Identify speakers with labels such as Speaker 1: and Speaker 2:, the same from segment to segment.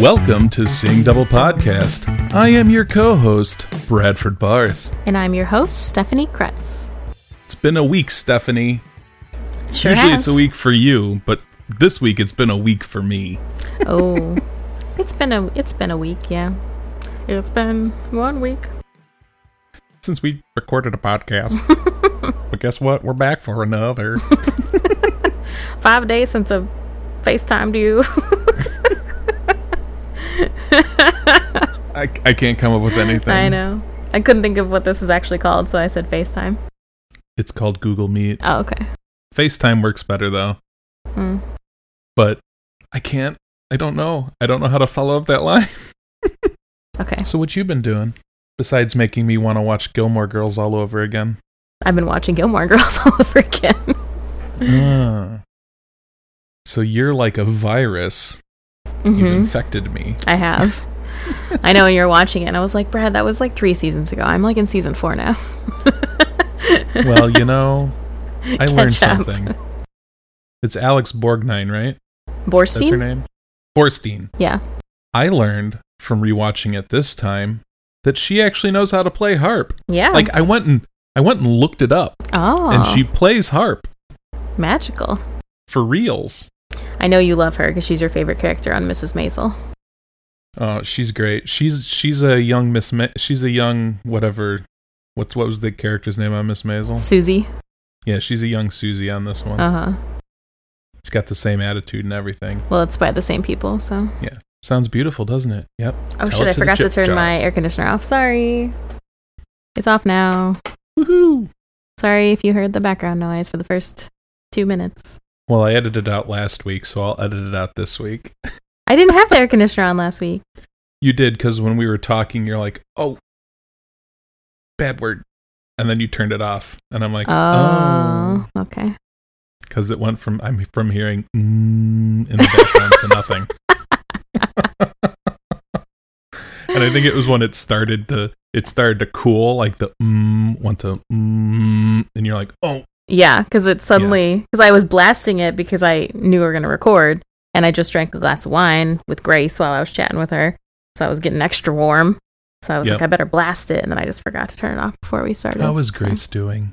Speaker 1: Welcome to Sing Double Podcast. I am your co host, Bradford Barth.
Speaker 2: And I'm your host, Stephanie Kretz.
Speaker 1: It's been a week, Stephanie.
Speaker 2: Sure
Speaker 1: Usually
Speaker 2: has.
Speaker 1: it's a week for you, but this week it's been a week for me.
Speaker 2: oh, it's been a it's been a week. Yeah, it's been one week.
Speaker 1: Since we recorded a podcast. but guess what? We're back for another.
Speaker 2: Five days since I FaceTimed you.
Speaker 1: I, I can't come up with anything.
Speaker 2: I know. I couldn't think of what this was actually called, so I said FaceTime.
Speaker 1: It's called Google Meet.
Speaker 2: Oh, okay.
Speaker 1: FaceTime works better, though.
Speaker 2: Mm.
Speaker 1: But I can't. I don't know. I don't know how to follow up that line.
Speaker 2: Okay.
Speaker 1: So, what you been doing? Besides making me want to watch Gilmore Girls all over again.
Speaker 2: I've been watching Gilmore Girls all over again.
Speaker 1: Ah. So you're like a virus. You've
Speaker 2: hmm
Speaker 1: infected me.
Speaker 2: I have. I know, and you're watching it, and I was like, Brad, that was like three seasons ago. I'm like in season four now.
Speaker 1: Well, you know, I learned
Speaker 2: Catch up.
Speaker 1: something. It's Alex Borgnine, right? That's her
Speaker 2: Borstein?
Speaker 1: name. Borstein.
Speaker 2: Yeah.
Speaker 1: I learned from rewatching it this time that she actually knows how to play harp.
Speaker 2: Yeah.
Speaker 1: Like I went and I went and looked it up,
Speaker 2: oh,
Speaker 1: and she plays harp
Speaker 2: magical.
Speaker 1: for reals.
Speaker 2: I know you love her because she's your favorite character on Mrs. Maisel.
Speaker 1: Oh, she's great. She's she's a young Miss. Ma- she's a young whatever. What's what was the character's name on Miss Maisel?
Speaker 2: Susie.
Speaker 1: Yeah, she's a young Susie on this one.
Speaker 2: Uh huh.
Speaker 1: She's got the same attitude and everything.
Speaker 2: Well, it's by the same people, so.
Speaker 1: Yeah. Sounds beautiful, doesn't it? Yep.
Speaker 2: Oh
Speaker 1: Tell it
Speaker 2: shit!
Speaker 1: to
Speaker 2: I
Speaker 1: the
Speaker 2: forgot to
Speaker 1: chip
Speaker 2: turn
Speaker 1: jar.
Speaker 2: my air conditioner off. Sorry. It's off now.
Speaker 1: Woohoo!
Speaker 2: Sorry if you heard the background noise for the first two minutes.
Speaker 1: Well, I edited it out last week, so I'll edit it out this week.
Speaker 2: I didn't have the air conditioner on last week.
Speaker 1: You did because when we were talking, you're like, "Oh, bad word," and then you turned it off, and I'm like,
Speaker 2: Oh,
Speaker 1: "Oh,"
Speaker 2: okay.
Speaker 1: because it went from I'm from hearing mm, in the background to nothing. And I think it was when it started to it started to cool, like the mm went to mm, and you're like, "Oh,
Speaker 2: Yeah, because it suddenly because I was blasting it because I knew we were gonna record, and I just drank a glass of wine with Grace while I was chatting with her, so I was getting extra warm. So I was
Speaker 1: Yep.
Speaker 2: like, I better blast it, and then I just forgot to turn it off before we started.
Speaker 1: how is
Speaker 2: so.
Speaker 1: Grace doing?"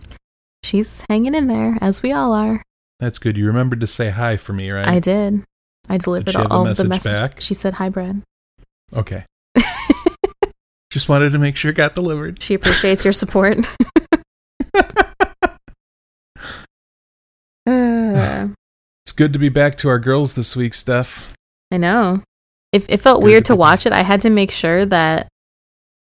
Speaker 2: She's hanging in there, as we all are.
Speaker 1: That's good. You remembered to say hi for me, right?
Speaker 2: I did. I delivered
Speaker 1: she have a
Speaker 2: all of the
Speaker 1: message
Speaker 2: message.
Speaker 1: back?
Speaker 2: She said, "Hi, Brad."
Speaker 1: Okay. Just wanted to make sure it got delivered.
Speaker 2: She appreciates your support. Uh,
Speaker 1: It's good to be back to our girls this week, Steph.
Speaker 2: I know. It, it felt
Speaker 1: good
Speaker 2: weird
Speaker 1: to
Speaker 2: to
Speaker 1: be
Speaker 2: watch it. I had to make sure that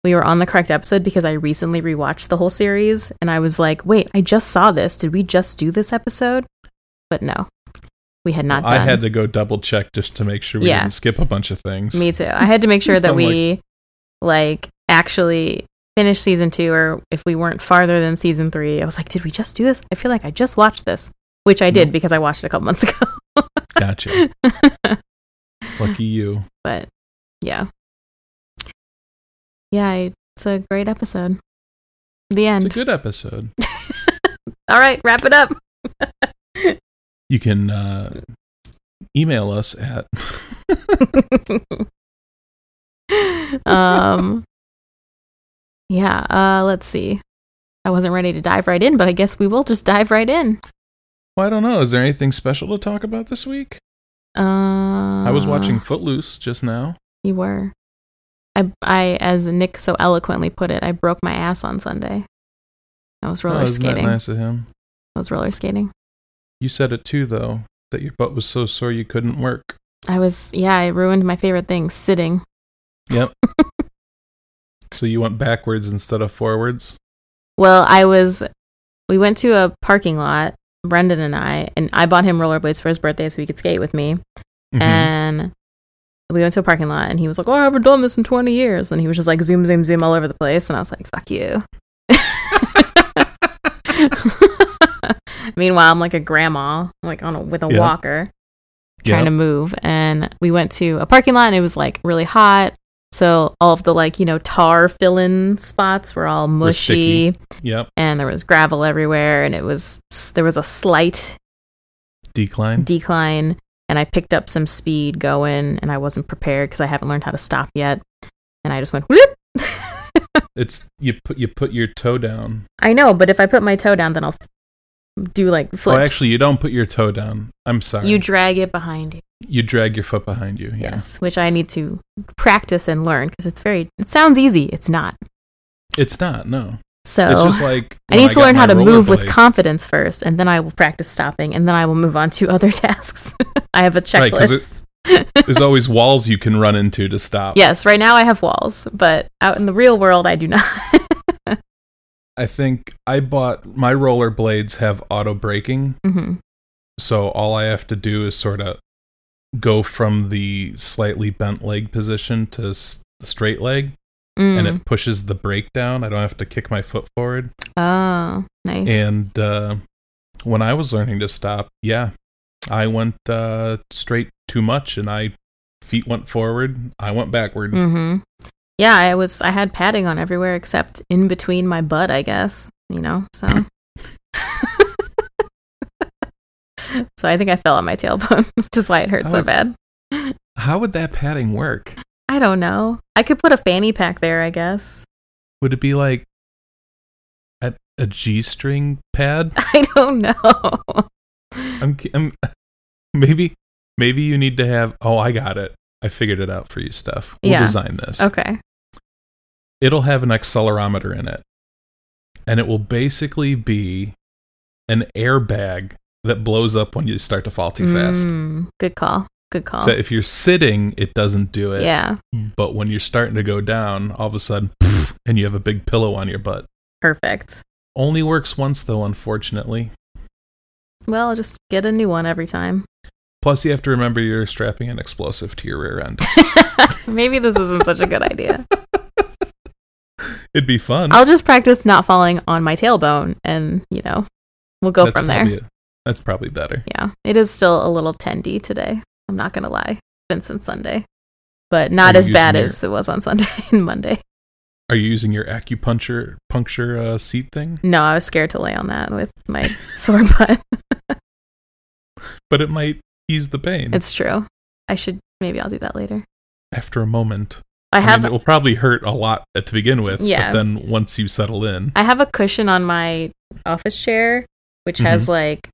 Speaker 2: we were on the correct episode because I recently rewatched the whole series and I was like, wait, I just saw this. Did we just do this episode? But no, we had not
Speaker 1: I
Speaker 2: done.
Speaker 1: had to go double check just to make sure we
Speaker 2: Yeah.
Speaker 1: didn't skip a bunch of things.
Speaker 2: Me too. I had to make sure
Speaker 1: So
Speaker 2: that
Speaker 1: I'm
Speaker 2: we like actually finished season two, or if we weren't farther than season three, I was like, did we just do this? I feel like I just watched this, which I did
Speaker 1: Nope.
Speaker 2: because I watched it a couple months ago.
Speaker 1: Gotcha. Lucky you.
Speaker 2: But yeah, yeah, I- it's a great episode. The
Speaker 1: It's a
Speaker 2: end.
Speaker 1: good episode.
Speaker 2: All right, wrap it up.
Speaker 1: You can uh, email us at
Speaker 2: um, yeah. Uh, let's see. I wasn't ready to dive right in, but I guess we will just dive right in.
Speaker 1: well, I don't know. Is there anything special to talk about this week?
Speaker 2: Uh, I
Speaker 1: I
Speaker 2: Uh,
Speaker 1: was watching Footloose just now.
Speaker 2: You were. I, I, as Nick so eloquently put it, I broke my ass on Sunday. I was roller
Speaker 1: Oh, isn't that
Speaker 2: skating.
Speaker 1: nice of him?
Speaker 2: I was roller skating.
Speaker 1: You said it too, though, that your butt was so sore you couldn't work.
Speaker 2: I was, yeah, I ruined my favorite thing, sitting.
Speaker 1: So you went backwards instead of forwards.
Speaker 2: Well, I was, we went to a parking lot, Brendan and I, and I bought him rollerblades for his birthday so he could skate with me.
Speaker 1: Mhm.
Speaker 2: And we went to a parking lot and he was like, oh, I haven't done this in 20 years. And he was just like, zoom, zoom, zoom all over the place. And I was like, fuck you. Meanwhile, I'm like a grandma, like on a, with a
Speaker 1: Yeah.
Speaker 2: walker. trying
Speaker 1: Yeah.
Speaker 2: to move and we went to a parking lot and it was like really hot so all of the like you know tar fill in spots were all mushy
Speaker 1: Yep.
Speaker 2: and there was gravel everywhere and it was there was a slight
Speaker 1: Decline.
Speaker 2: decline and i picked up some speed going and i wasn't prepared because i haven't learned how to stop yet and i just went whoop
Speaker 1: it's you put you put your toe down.
Speaker 2: i know but if i put my toe down then i'll do like flips
Speaker 1: Oh, actually, uh, you don't put your toe down. I'm sorry.
Speaker 2: you drag it behind you
Speaker 1: you drag your foot behind you. Yeah.
Speaker 2: yes which i need to practice and learn because it's very it sounds easy it's not
Speaker 1: It's not. No.
Speaker 2: so
Speaker 1: It's just like
Speaker 2: I
Speaker 1: when
Speaker 2: need to
Speaker 1: got
Speaker 2: learn
Speaker 1: my
Speaker 2: how to move with
Speaker 1: rollerblade.
Speaker 2: confidence first, and then I will practice stopping, and then I will move on to other tasks. I have a
Speaker 1: 'cause it-
Speaker 2: checklist.
Speaker 1: There's always walls you can run into to stop.
Speaker 2: yes, right now I have walls, but out in the real world, I do not.
Speaker 1: I think I bought my rollerblades have auto braking,
Speaker 2: hmm
Speaker 1: so all I have to do is sort of go from the slightly bent leg position to s- the straight leg,
Speaker 2: Mm.
Speaker 1: and it pushes the brake down. I don't have to kick my foot forward.
Speaker 2: oh, nice.
Speaker 1: And uh, when I was learning to stop, yeah, I went uh, straight too much, and I feet went forward. I went backward.
Speaker 2: hmm Yeah, I was. I had padding on everywhere except in between my butt. I guess you know. So, so I think I fell on my tailbone, which is why it hurt so
Speaker 1: Oh.
Speaker 2: bad.
Speaker 1: How would that padding work?
Speaker 2: I don't know. I could put a fanny pack there, I guess.
Speaker 1: Would it be like a, a G string pad?
Speaker 2: I don't know.
Speaker 1: I'm, ki- I'm maybe maybe you need to have oh I got it. I figured it out for you stuff. We'll
Speaker 2: Yeah.
Speaker 1: design this.
Speaker 2: Okay.
Speaker 1: It'll have an accelerometer in it. And it will basically be an airbag that blows up when you start to fall too fast.
Speaker 2: Mm, good call. Good call.
Speaker 1: So if you're sitting, it doesn't do it.
Speaker 2: yeah.
Speaker 1: But when you're starting to go down, all of a sudden, pff, and you have a big pillow on your butt.
Speaker 2: Perfect.
Speaker 1: Only works once though, unfortunately.
Speaker 2: Well, just get a new one every time.
Speaker 1: Plus, you have to remember you're strapping an explosive to your rear end.
Speaker 2: Maybe this isn't such a good idea.
Speaker 1: It'd be fun.
Speaker 2: I'll just practice not falling on my tailbone and, you know, we'll go from there.
Speaker 1: probably- That's probably better.
Speaker 2: Yeah. It is still a little tendy today. I'm not going to lie. Vincent Sunday. But not
Speaker 1: you
Speaker 2: as bad
Speaker 1: using
Speaker 2: as it was on Sunday and Monday.
Speaker 1: Are you using your acupuncture puncture uh, seat thing?
Speaker 2: No, I was scared to lay on that with my sore
Speaker 1: Mm.
Speaker 2: butt.
Speaker 1: But it might ease the pain
Speaker 2: It's true. I should maybe I'll do that later.
Speaker 1: after a moment.
Speaker 2: I have
Speaker 1: mean, it will probably hurt a lot at to begin with.
Speaker 2: Yeah.
Speaker 1: But then once you settle in,
Speaker 2: I have a cushion on my office chair, which
Speaker 1: Mm-hmm.
Speaker 2: has like,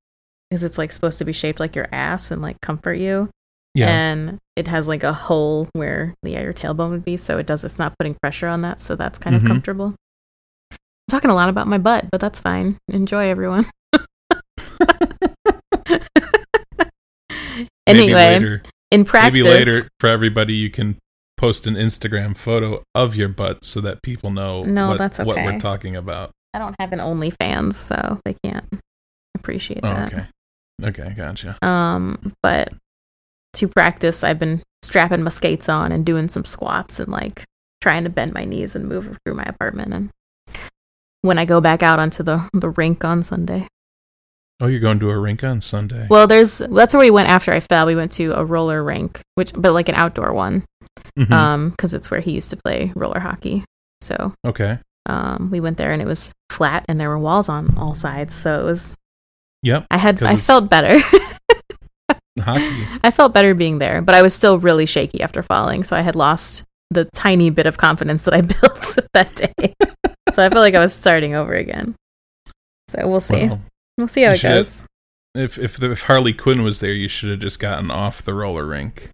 Speaker 2: because it's like supposed to be shaped like your ass and like comfort you,
Speaker 1: yeah,
Speaker 2: and it has like a hole where yeah your tailbone would be, so it does it's not putting pressure on that, so that's kind
Speaker 1: Mhm.
Speaker 2: of comfortable. I'm talking a lot about my butt, but that's fine. Enjoy everyone.
Speaker 1: maybe
Speaker 2: anyway,
Speaker 1: later,
Speaker 2: in practice,
Speaker 1: maybe later for everybody, you can post an Instagram photo of your butt so that people know
Speaker 2: No,
Speaker 1: what,
Speaker 2: that's
Speaker 1: what
Speaker 2: okay.
Speaker 1: we're talking about.
Speaker 2: I don't have an OnlyFans, so they can't appreciate
Speaker 1: Oh,
Speaker 2: that.
Speaker 1: okay, okay, gotcha.
Speaker 2: Um, but to practice, I've been strapping my skates on and doing some squats and like trying to bend my knees and move through my apartment. And when I go back out onto the the rink on Sunday,
Speaker 1: Oh, you're going to a rink on Sunday.
Speaker 2: well, there's that's where we went after I fell. We went to a roller rink, which but like an outdoor one,
Speaker 1: Mhm.
Speaker 2: Um, 'cause because it's where he used to play roller hockey. So
Speaker 1: okay.
Speaker 2: um, we went there and it was flat and there were walls on all sides, so it was
Speaker 1: Yep.
Speaker 2: I had
Speaker 1: 'Cause
Speaker 2: I
Speaker 1: it's-
Speaker 2: felt better.
Speaker 1: Hockey.
Speaker 2: I felt better being there, but I was still really shaky after falling, so I had lost the tiny bit of confidence that I built that day. so I felt like I was starting over again. So we'll see.
Speaker 1: Well,
Speaker 2: we'll see how
Speaker 1: you
Speaker 2: it
Speaker 1: should-
Speaker 2: goes.
Speaker 1: If if, the, if Harley Quinn was there, you should have just gotten off the roller rink.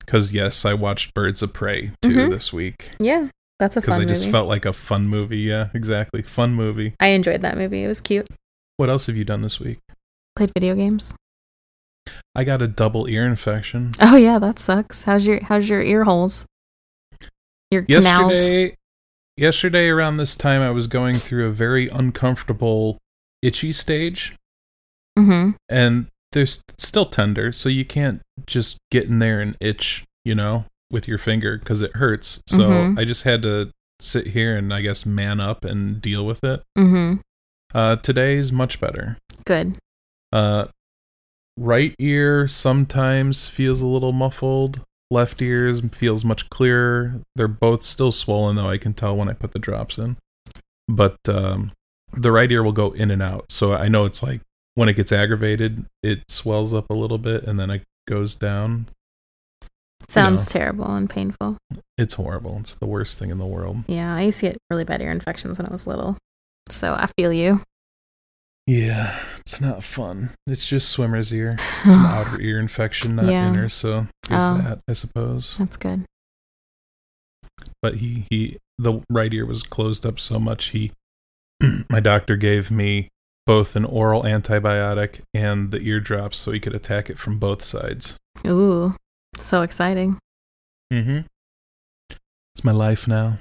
Speaker 1: Because yes, I watched Birds of Prey too
Speaker 2: Mhm.
Speaker 1: this week.
Speaker 2: yeah, that's a
Speaker 1: Because
Speaker 2: fun
Speaker 1: I just
Speaker 2: movie.
Speaker 1: felt like a fun movie. Yeah, exactly, fun movie.
Speaker 2: I enjoyed that movie. It was cute.
Speaker 1: What else have you done this week?
Speaker 2: Played video games.
Speaker 1: I got a double ear infection
Speaker 2: Oh yeah, that sucks. How's your How's your ear holes? Your canals.
Speaker 1: yesterday. Yesterday around this time, I was going through a very uncomfortable, itchy stage,
Speaker 2: Mm-hmm.
Speaker 1: and they're s- still tender, so you can't just get in there and itch, you know, with your finger because it hurts. So
Speaker 2: Mhm.
Speaker 1: I just had to sit here and I guess man up and deal with it.
Speaker 2: Mm-hmm.
Speaker 1: Uh, today's much better.
Speaker 2: Good.
Speaker 1: Uh, right ear sometimes feels a little muffled. Left ear feels much clearer. They're both still swollen, though. I can tell when I put the drops in. But um, the right ear will go in and out. So I know it's like when it gets aggravated, it swells up a little bit and then it goes down.
Speaker 2: Sounds terrible and painful.
Speaker 1: It's horrible. It's the worst thing in the world.
Speaker 2: Yeah, I used to get really bad ear infections when I was little. So I feel you.
Speaker 1: Yeah, it's not fun. It's just swimmer's ear. It's an outer ear infection, not
Speaker 2: Yeah.
Speaker 1: inner. So there's
Speaker 2: Oh.
Speaker 1: that, I suppose.
Speaker 2: That's good.
Speaker 1: But he, he, the right ear was closed up so much. He, my doctor gave me both an oral antibiotic and the eardrops so he could attack it from both sides.
Speaker 2: Ooh, so exciting.
Speaker 1: Mm-hmm. It's my life now.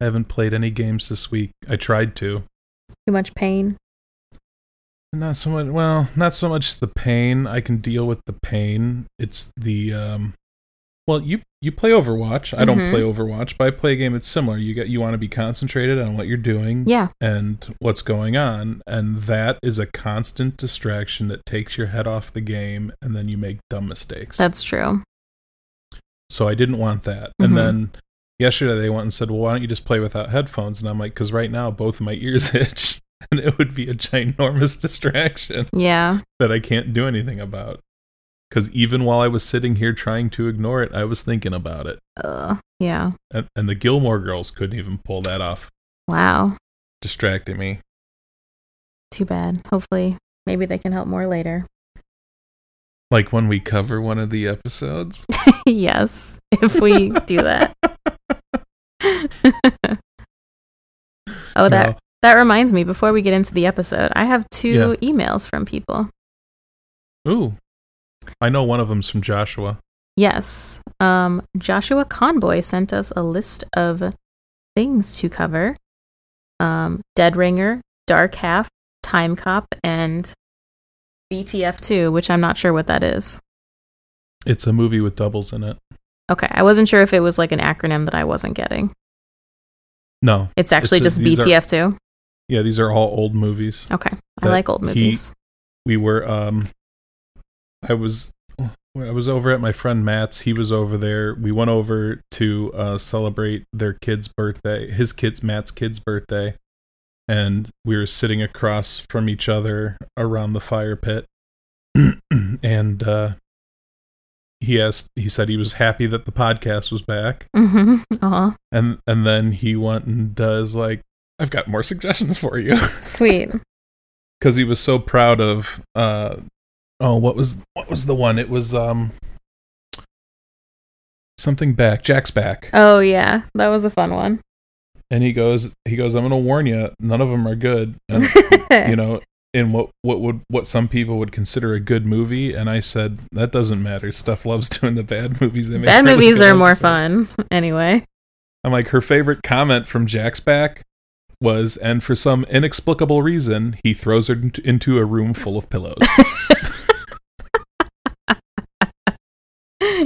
Speaker 1: I haven't played any games this week. I tried to.
Speaker 2: Too much pain.
Speaker 1: Not so much. Well, not so much the pain. I can deal with the pain. It's the um. Well, you you play Overwatch. I don't
Speaker 2: Mhm.
Speaker 1: play Overwatch, but I play a game. It's similar. You get you want to be concentrated on what you're doing
Speaker 2: Yeah.
Speaker 1: and what's going on, and that is a constant distraction that takes your head off the game, and then you make dumb mistakes.
Speaker 2: That's true.
Speaker 1: so I didn't want that.
Speaker 2: Mhm.
Speaker 1: And then yesterday they went and said, "Well, why don't you just play without headphones?" And I'm like, "Cause right now both of my ears itch." And it would be a ginormous distraction
Speaker 2: Yeah.
Speaker 1: that I can't do anything about. Because even while I was sitting here trying to ignore it, I was thinking about it.
Speaker 2: Ugh. Yeah.
Speaker 1: And, and the Gilmore girls couldn't even pull that off,
Speaker 2: Wow.
Speaker 1: distracting me.
Speaker 2: Too bad. Hopefully, maybe they can help more later.
Speaker 1: Like when we cover one of the episodes.
Speaker 2: yes, if we do that. oh, that
Speaker 1: No.
Speaker 2: that reminds me. Before we get into the episode, I have two emails from people.
Speaker 1: Ooh. I know one of them's from Joshua.
Speaker 2: Yes, um, Joshua Conboy sent us a list of things to cover: um, Dead Ringer, Dark Half, Time Cop, and BTF2, which I'm not sure what that is.
Speaker 1: It's a movie with doubles in it.
Speaker 2: Okay, I wasn't sure if it was like an acronym that I wasn't getting.
Speaker 1: No.
Speaker 2: It's actually
Speaker 1: a-
Speaker 2: just
Speaker 1: these are-
Speaker 2: BTF2.
Speaker 1: Yeah, these are all old movies.
Speaker 2: Okay. I
Speaker 1: that
Speaker 2: like old
Speaker 1: he-
Speaker 2: movies.
Speaker 1: we were um i was i was over at my friend matt's he was over there we went over to uh celebrate their kid's birthday his kids matt's kid's birthday and we were sitting across from each other around the fire pit and uh he asked he said he was happy that the podcast was back
Speaker 2: hmm Aw.
Speaker 1: and and then he went and does like i've got more suggestions for you
Speaker 2: Sweet.
Speaker 1: because he was so proud of uh oh what was what was the one it was um something back jack's back
Speaker 2: Oh yeah. That was a fun one.
Speaker 1: and he goes he goes i'm gonna warn you none of them are good and you know in what what would what some people would consider a good movie and i said that doesn't matter stuff loves doing the bad movies they make
Speaker 2: Bad
Speaker 1: really
Speaker 2: movies
Speaker 1: good
Speaker 2: are more
Speaker 1: episodes."
Speaker 2: fun. Anyway.
Speaker 1: i'm like her favorite comment from jack's back was and for some inexplicable reason he throws her into- into a room full of pillows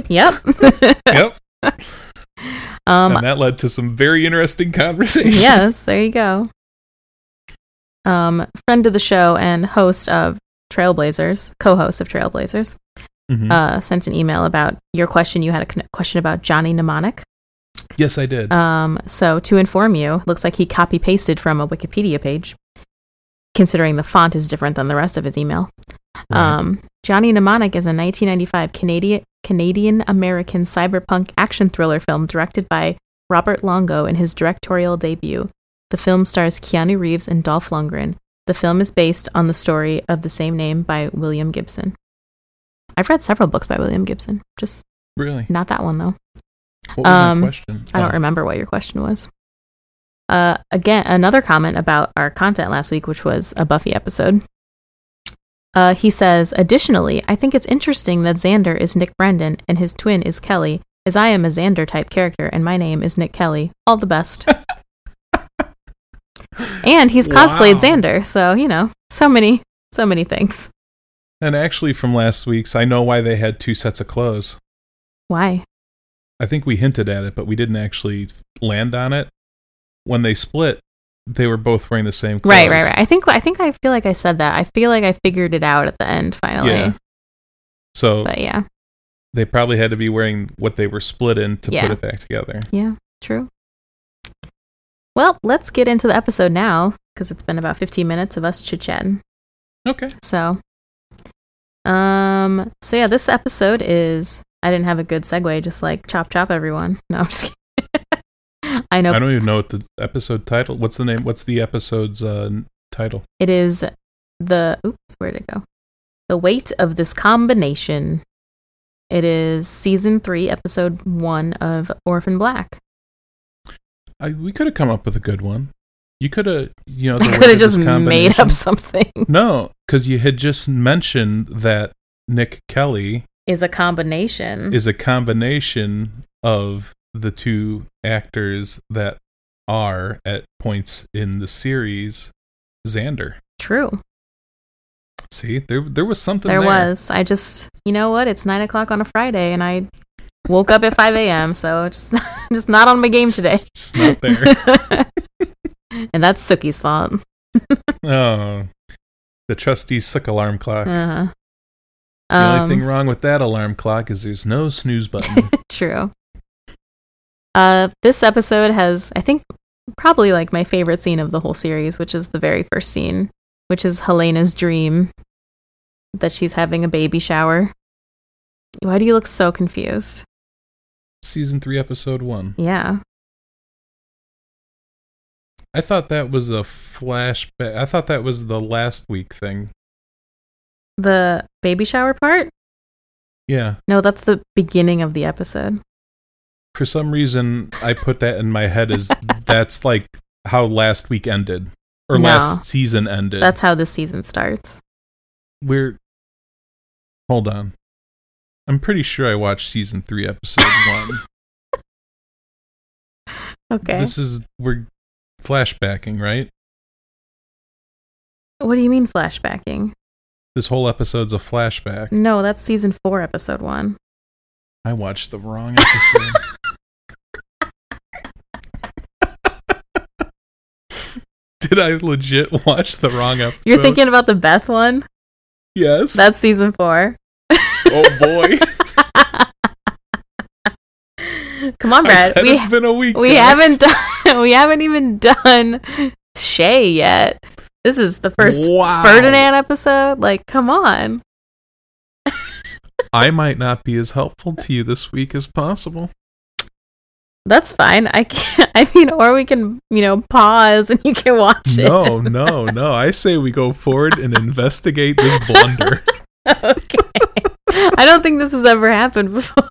Speaker 2: Yep.
Speaker 1: yep
Speaker 2: um
Speaker 1: and that led to some very interesting conversation.
Speaker 2: yes, there you go. Um friend of the show and host of Trailblazers, co-host of Trailblazers,
Speaker 1: Mhm.
Speaker 2: uh sent an email about your question you had a con- question about Johnny Mnemonic.
Speaker 1: yes, I did.
Speaker 2: Um, so to inform you, looks like he copy pasted from a Wikipedia page, considering the font is different than the rest of his email. Um, Johnny Mnemonic is a 1995 Canadian Canadian American cyberpunk action thriller film directed by Robert Longo in his directorial debut. The film stars Keanu Reeves and Dolph Lundgren. The film is based on the story of the same name by William Gibson. I've read several books by William Gibson, just
Speaker 1: really?
Speaker 2: not that one though.
Speaker 1: What was
Speaker 2: um,
Speaker 1: my question?
Speaker 2: I don't
Speaker 1: Oh,
Speaker 2: remember what your question was. Uh, again, another comment about our content last week, which was a Buffy episode. Uh, he says, additionally, I think it's interesting that Xander is Nick Brendan and his twin is Kelly, as I am a Xander type character and my name is Nick Kelly. All the best. and he's cosplayed
Speaker 1: Wow.
Speaker 2: Xander, so you know, so many, so many things.
Speaker 1: And actually, from last week's, I know why they had two sets of clothes.
Speaker 2: Why?
Speaker 1: I think we hinted at it, but we didn't actually land on it. When they split, they were both wearing the same clothes.
Speaker 2: Right, right, right. I think I think I feel like I said that. I feel like I figured it out at the end finally.
Speaker 1: Yeah. So
Speaker 2: But yeah.
Speaker 1: they probably had to be wearing what they were split in to
Speaker 2: Yeah.
Speaker 1: put it back together.
Speaker 2: Yeah, true. Well, let's get into the episode now because it's been about 15 minutes of us chit-chatting.
Speaker 1: Okay.
Speaker 2: So um so yeah, this episode is I didn't have a good segue just like chop chop everyone. No, I'm just kidding. I know
Speaker 1: I don't even know what the episode title. What's the name? What's the episode's uh, n- title?
Speaker 2: It is the oops, where'd it go? The weight of this combination. It is season three, episode one of Orphan Black.
Speaker 1: I, we could have come up with a good one. You could have, you know, the
Speaker 2: I
Speaker 1: way
Speaker 2: could
Speaker 1: that
Speaker 2: have just
Speaker 1: this
Speaker 2: made
Speaker 1: combination-
Speaker 2: up something.
Speaker 1: No, because you had just mentioned that Nick Kelly
Speaker 2: Is a combination.
Speaker 1: is a combination of the two actors that are at points in the series Xander.
Speaker 2: True.
Speaker 1: See, there there was something
Speaker 2: There
Speaker 1: there.
Speaker 2: was. I just you know what? It's nine o'clock on a Friday and I woke up at five AM, so just just not on my game today.
Speaker 1: It's not there.
Speaker 2: and that's Sookie's fault.
Speaker 1: oh, the trusty sick alarm clock.
Speaker 2: Uh-huh.
Speaker 1: the
Speaker 2: Um,
Speaker 1: only thing wrong with that alarm clock is there's no snooze button.
Speaker 2: True. Uh, this episode has, I think, probably like my favorite scene of the whole series, which is the very first scene, which is Helena's dream that she's having a baby shower. Why do you look so confused?
Speaker 1: Season three, episode one.
Speaker 2: Yeah.
Speaker 1: I thought that was a flashback. I thought that was the last week thing.
Speaker 2: The baby shower part?
Speaker 1: Yeah.
Speaker 2: No, that's the beginning of the episode.
Speaker 1: For some reason, I put that in my head as that's like how last week ended or
Speaker 2: No.
Speaker 1: last season ended.
Speaker 2: That's how this season starts.
Speaker 1: we're hold on i'm pretty sure i watched season three episode one
Speaker 2: Okay.
Speaker 1: this is we're flashbacking right
Speaker 2: what do you mean flashbacking?
Speaker 1: this whole episode's a flashback
Speaker 2: No, that's season four, episode one.
Speaker 1: i watched the wrong episode did i legit watch the wrong episode
Speaker 2: You're thinking about the Beth one?
Speaker 1: yes
Speaker 2: That's season four.
Speaker 1: oh boy
Speaker 2: Come on,
Speaker 1: I
Speaker 2: Brad.
Speaker 1: said
Speaker 2: We
Speaker 1: it's been a week
Speaker 2: we
Speaker 1: guys.
Speaker 2: haven't done we haven't even done Shay yet. This is the first
Speaker 1: Wow.
Speaker 2: Ferdinand episode. Like, come on.
Speaker 1: i might not be as helpful to you this week as possible
Speaker 2: That's fine. I can I mean, or we can, you know, pause and you can watch it.
Speaker 1: No, no, no. I say we go forward and investigate this blunder.
Speaker 2: okay. I don't think this has ever happened before.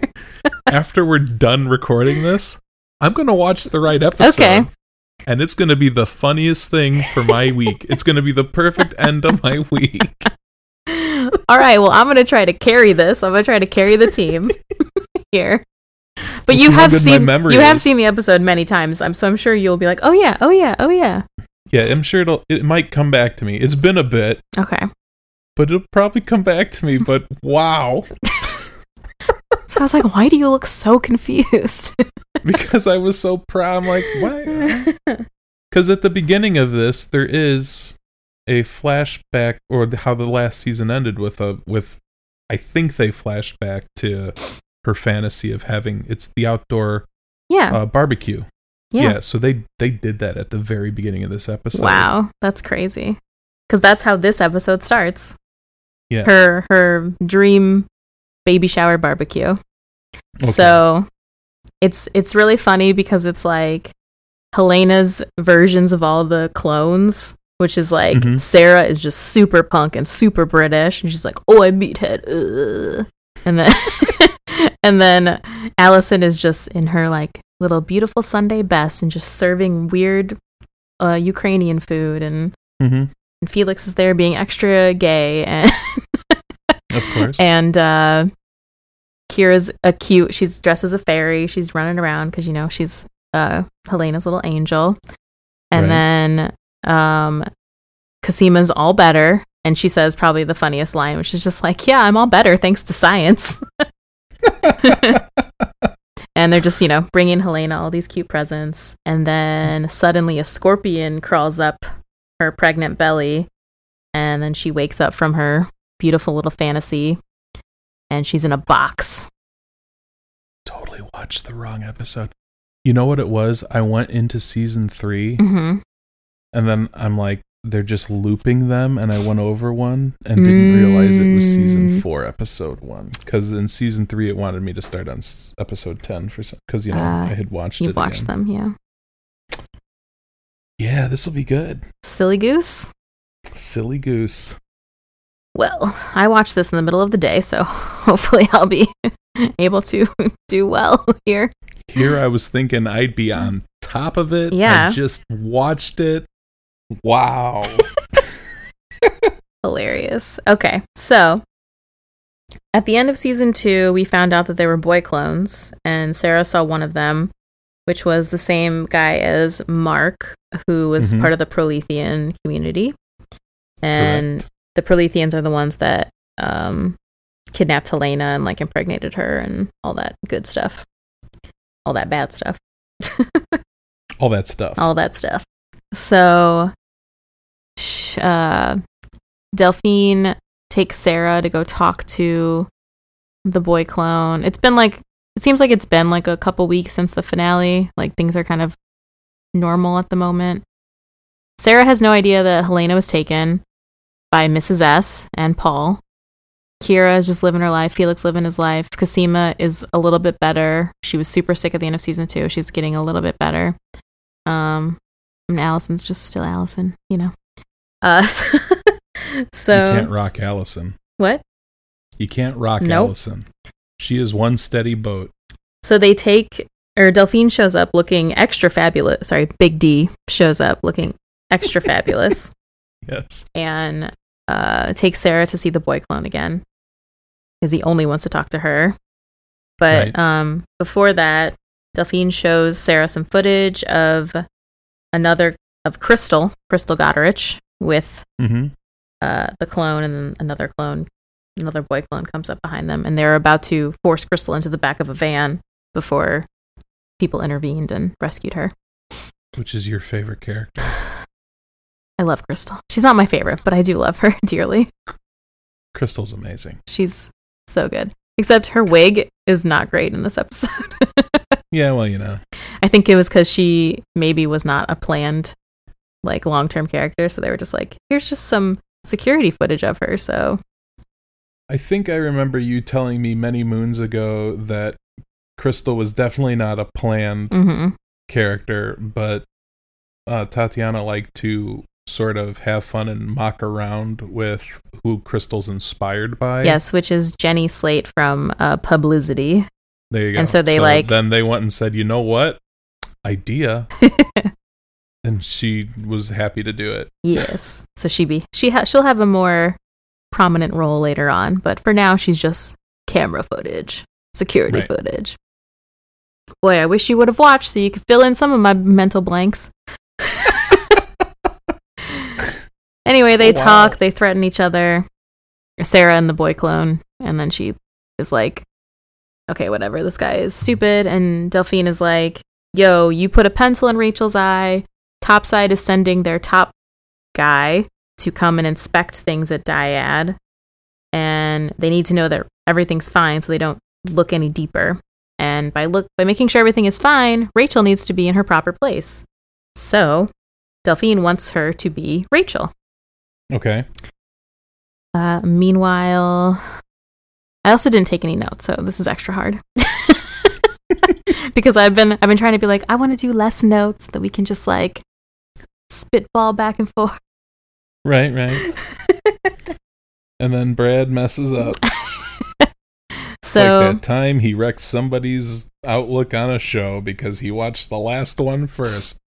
Speaker 1: After we're done recording this, I'm going to watch the right episode.
Speaker 2: Okay.
Speaker 1: And it's going to be the funniest thing for my week. It's going to be the perfect end of my week.
Speaker 2: All right, well, I'm going to try to carry this. I'm going to try to carry the team here. But
Speaker 1: We'll see
Speaker 2: you
Speaker 1: how
Speaker 2: have
Speaker 1: good my
Speaker 2: seen
Speaker 1: memory
Speaker 2: you have
Speaker 1: is.
Speaker 2: seen the episode many times. I'm so I'm sure you'll be like, "Oh yeah, oh yeah, oh yeah."
Speaker 1: Yeah, I'm sure it'll it might come back to me. It's been a bit,
Speaker 2: Okay.
Speaker 1: but it'll probably come back to me, but wow,
Speaker 2: So I was like, why do you look so confused?
Speaker 1: because I was so proud. I'm like, "Why?" Oh, Cuz at the beginning of this, there is a flashback or the- how the last season ended with a with I think they flashed back to her fantasy of having it's the outdoor
Speaker 2: yeah.
Speaker 1: uh, barbecue.
Speaker 2: Yeah.
Speaker 1: so they they did that at the very beginning of this episode.
Speaker 2: wow. That's crazy. Because that's how this episode starts.
Speaker 1: Yeah.
Speaker 2: Her her dream baby shower barbecue.
Speaker 1: Okay.
Speaker 2: So it's it's really funny because it's like Helena's versions of all the clones, which is like
Speaker 1: Mhm.
Speaker 2: Sarah is just super punk and super British, and she's like, "Oh, I'm meathead," ugh." and then and then Allison is just in her like little beautiful Sunday best and just serving weird uh, Ukrainian food, and,
Speaker 1: Mhm,
Speaker 2: and Felix is there being extra gay and.
Speaker 1: of course.
Speaker 2: And uh, Kira's a cute. She's dressed as a fairy. She's running around because you know she's uh, Helena's little angel. And
Speaker 1: Right.
Speaker 2: then um, Casima's all better, and she says probably the funniest line, which is just like, "Yeah, I'm all better thanks to science." and and they're just, you know, bringing Helena all these cute presents. And then suddenly a scorpion crawls up her pregnant belly. And then she wakes up from her beautiful little fantasy. And she's in a box.
Speaker 1: Totally watched the wrong episode. You know what it was? I went into season 3
Speaker 2: Mm-hmm.
Speaker 1: and then I'm like, they're just looping them, and I went over one and didn't realize it was season
Speaker 2: Mm.
Speaker 1: four, episode one. Because in season three, it wanted me to start on s- episode ten for some. Because you know
Speaker 2: Ah,
Speaker 1: I had watched
Speaker 2: You've
Speaker 1: it.
Speaker 2: watched
Speaker 1: again.
Speaker 2: them, yeah.
Speaker 1: Yeah, this will be good.
Speaker 2: Silly goose.
Speaker 1: Silly goose.
Speaker 2: Well, I watched this in the middle of the day, so hopefully I'll be able to do well here.
Speaker 1: Here I was thinking I'd be on top of it.
Speaker 2: Yeah.
Speaker 1: I just watched it. Wow.
Speaker 2: Hilarious. Okay, so at the end of season two, we found out that they were boy clones, and Sarah saw one of them, which was the same guy as Mark, who was
Speaker 1: Mhm.
Speaker 2: part of the Prolethean community. And
Speaker 1: Correct.
Speaker 2: the Proletheans are the ones that um, kidnapped Helena and like impregnated her and all that good stuff, all that bad stuff.
Speaker 1: all that stuff.
Speaker 2: all that stuff. So, sh- uh, Delphine takes Sarah to go talk to the boy clone. It's been like, it seems like it's been like a couple weeks since the finale. Like things are kind of normal at the moment. Sarah has no idea that Helena was taken by Mrs. S and Paul. Kira is just living her life. Felix living his life. Cosima is a little bit better. She was super sick at the end of season two. She's getting a little bit better. Um, and Allison's just still Allison, you know. Uh, so,
Speaker 1: you can't rock Allison.
Speaker 2: what?
Speaker 1: You can't rock
Speaker 2: Nope.
Speaker 1: Allison. She is one steady boat.
Speaker 2: So they take, or Delphine shows up looking extra fabulous. Sorry, Big D shows up looking extra fabulous
Speaker 1: Yes.
Speaker 2: and uh, takes Sarah to see the boy clone again because he only wants to talk to her. But
Speaker 1: Right.
Speaker 2: um, before that, Delphine shows Sarah some footage of another of Crystal, Crystal Goderich, with
Speaker 1: Mm-hmm.
Speaker 2: uh, the clone and then another clone, another boy clone comes up behind them, and they're about to force Crystal into the back of a van before people intervened and rescued her.
Speaker 1: Which is your favorite character?
Speaker 2: I love Crystal. She's not my favorite, but I do love her dearly.
Speaker 1: Crystal's amazing.
Speaker 2: She's so good. Except her wig is not great in this episode.
Speaker 1: Yeah. Well, you know.
Speaker 2: I think it was because she maybe was not a planned, like long term character. So they were just like, here's just some security footage of her. So
Speaker 1: I think I remember you telling me many moons ago that Crystal was definitely not a planned
Speaker 2: hmm
Speaker 1: character, but uh, Tatiana liked to sort of have fun and mock around with who Crystal's inspired by.
Speaker 2: yes, which is Jenny Slate from uh, Publicity.
Speaker 1: There you go.
Speaker 2: And so they, like-
Speaker 1: Then they went and said, you know what? Idea. and she was happy to do it.
Speaker 2: Yes. So she be she ha- she'll have a more prominent role later on, but for now she's just camera footage, security
Speaker 1: Right.
Speaker 2: footage. Boy, I wish you would have watched so you could fill in some of my mental blanks. anyway, they
Speaker 1: Wow.
Speaker 2: talk, they threaten each other, Sarah and the boy clone, and then she is like, "Okay, whatever. This guy is stupid." And Delphine is like, "Yo, you put a pencil in Rachel's eye. Topside is sending their top guy to come and inspect things at Dyad, and they need to know that everything's fine so they don't look any deeper. And by look by making sure everything is fine, Rachel needs to be in her proper place. So Delphine wants her to be Rachel.
Speaker 1: Okay.
Speaker 2: Uh, meanwhile, I also didn't take any notes, so this is extra hard because I've been I've been trying to be like I want to do less notes that we can just like spitball back and forth.
Speaker 1: Right, right. and then Brad messes up.
Speaker 2: So
Speaker 1: like that time he wrecked somebody's outlook on a show because he watched the last one first.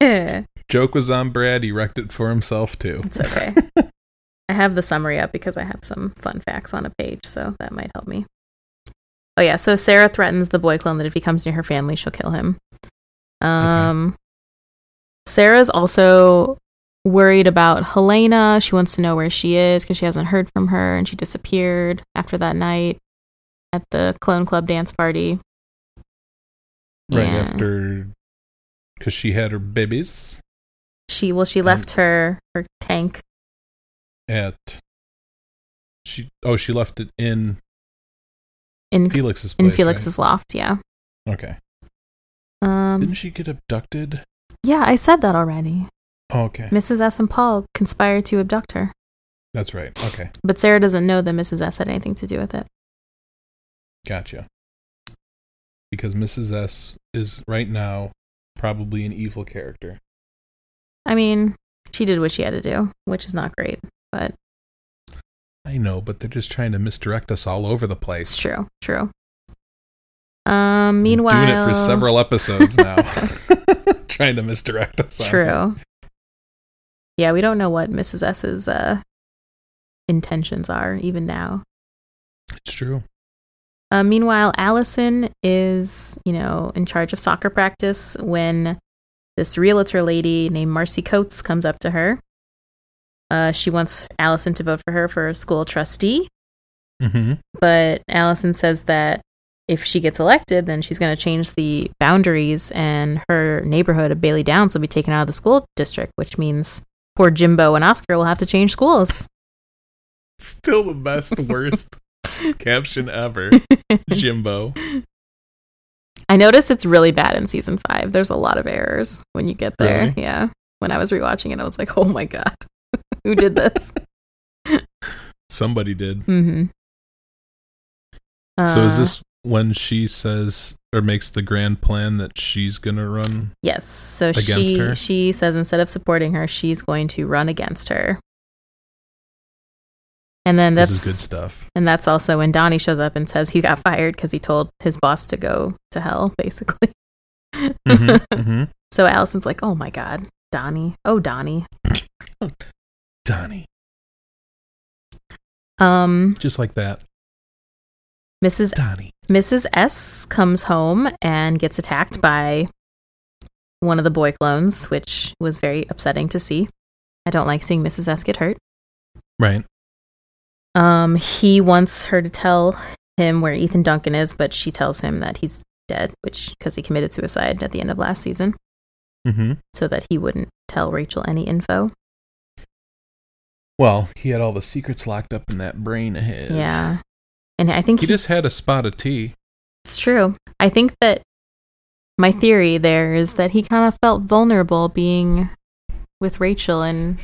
Speaker 1: Joke was on Brad, he wrecked it for himself too.
Speaker 2: It's okay. I have the summary up because I have some fun facts on a page, so that might help me. Oh yeah, so Sarah threatens the boy clone that if he comes near her family, she'll kill him. Um Sarah's also worried about Helena. She wants to know where she is because she hasn't heard from her and she disappeared after that night at the clone club dance party.
Speaker 1: right
Speaker 2: Yeah.
Speaker 1: after because she had her babies
Speaker 2: She well, she left her her tank.
Speaker 1: at she oh she left it in
Speaker 2: In-
Speaker 1: Felix's
Speaker 2: In
Speaker 1: place,
Speaker 2: Felix's loft, yeah.
Speaker 1: right? okay
Speaker 2: Um,
Speaker 1: didn't she get abducted
Speaker 2: yeah, I said that already.
Speaker 1: oh, okay
Speaker 2: Mrs. S and Paul conspired to abduct her,
Speaker 1: that's right okay
Speaker 2: but Sarah doesn't know that Mrs. S had anything to do with it.
Speaker 1: gotcha because Mrs S is right now probably an evil character
Speaker 2: I mean, she did what she had to do, which is not great, but
Speaker 1: I know but they're just trying to misdirect us all over the place
Speaker 2: it's true. True. Um,
Speaker 1: Been
Speaker 2: meanwhile,
Speaker 1: doing it for several episodes now trying to misdirect us on here.
Speaker 2: True. Yeah, we don't know what Mrs. S's uh, intentions are even now.
Speaker 1: it's true
Speaker 2: Uh, meanwhile, Allison is, you know, in charge of soccer practice when this realtor lady named Marcy Coates comes up to her. Uh, she wants Allison to vote for her for school trustee,
Speaker 1: mm-hmm
Speaker 2: but Allison says that if she gets elected, then she's going to change the boundaries and her neighborhood of Bailey Downs will be taken out of the school district, which means poor Jimbo and Oscar will have to change schools.
Speaker 1: Still the best, worst caption ever, Jimbo.
Speaker 2: I noticed it's really bad in season five. There's a lot of errors when you get there.
Speaker 1: Really?
Speaker 2: Yeah. When I was rewatching it, I was like, oh my God, who did this?
Speaker 1: Somebody did.
Speaker 2: mm-hmm. Uh,
Speaker 1: so is this when she says or makes the grand plan that she's gonna run?
Speaker 2: Yes. So
Speaker 1: Against
Speaker 2: she
Speaker 1: her?
Speaker 2: she says instead of supporting her, she's going to run against her. And then
Speaker 1: this is good
Speaker 2: that's
Speaker 1: stuff.
Speaker 2: and that's also when Donnie shows up and says he got fired because he told his boss to go to hell, basically.
Speaker 1: Mhm, mhm.
Speaker 2: So Allison's like, "Oh my god, Donnie! Oh Donnie!"
Speaker 1: Donnie,
Speaker 2: Um,
Speaker 1: just like that.
Speaker 2: Mrs.
Speaker 1: Donnie.
Speaker 2: Mrs. S comes home and gets attacked by one of the boy clones, which was very upsetting to see. I don't like seeing Mrs. S get hurt.
Speaker 1: Right.
Speaker 2: Um, he wants her to tell him where Ethan Duncan is, but she tells him that he's dead, which because he committed suicide at the end of last season,
Speaker 1: Mm-hmm.
Speaker 2: so that he wouldn't tell Rachel any info.
Speaker 1: Well, he had all the secrets locked up in that brain of his.
Speaker 2: Yeah, and I think
Speaker 1: He
Speaker 2: he
Speaker 1: just had a spot of tea.
Speaker 2: it's true. I think that my theory there is that he kind of felt vulnerable being with Rachel and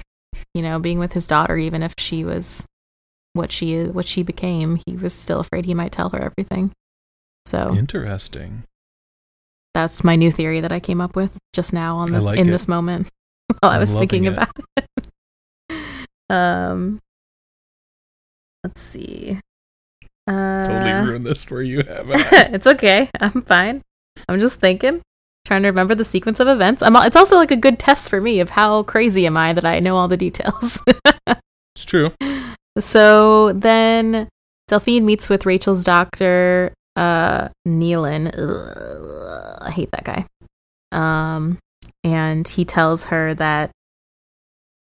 Speaker 2: you know being with his daughter, even if she was what she is, what she became. He was still afraid he might tell her everything. So
Speaker 1: Interesting.
Speaker 2: That's my new theory that I came up with just now on
Speaker 1: I
Speaker 2: this
Speaker 1: like
Speaker 2: in
Speaker 1: it.
Speaker 2: this moment while I
Speaker 1: I'm
Speaker 2: was thinking
Speaker 1: loving
Speaker 2: about it. um, let's see. Uh,
Speaker 1: Totally ruined this for you, haven't I?
Speaker 2: it's okay. I'm fine. I'm just thinking, trying to remember the sequence of events. I'm, al- it's also like a good test for me of how crazy am I that I know all the details.
Speaker 1: it's true.
Speaker 2: So then Delphine meets with Rachel's doctor, uh, Neelan. Ugh, I hate that guy. Um, and he tells her that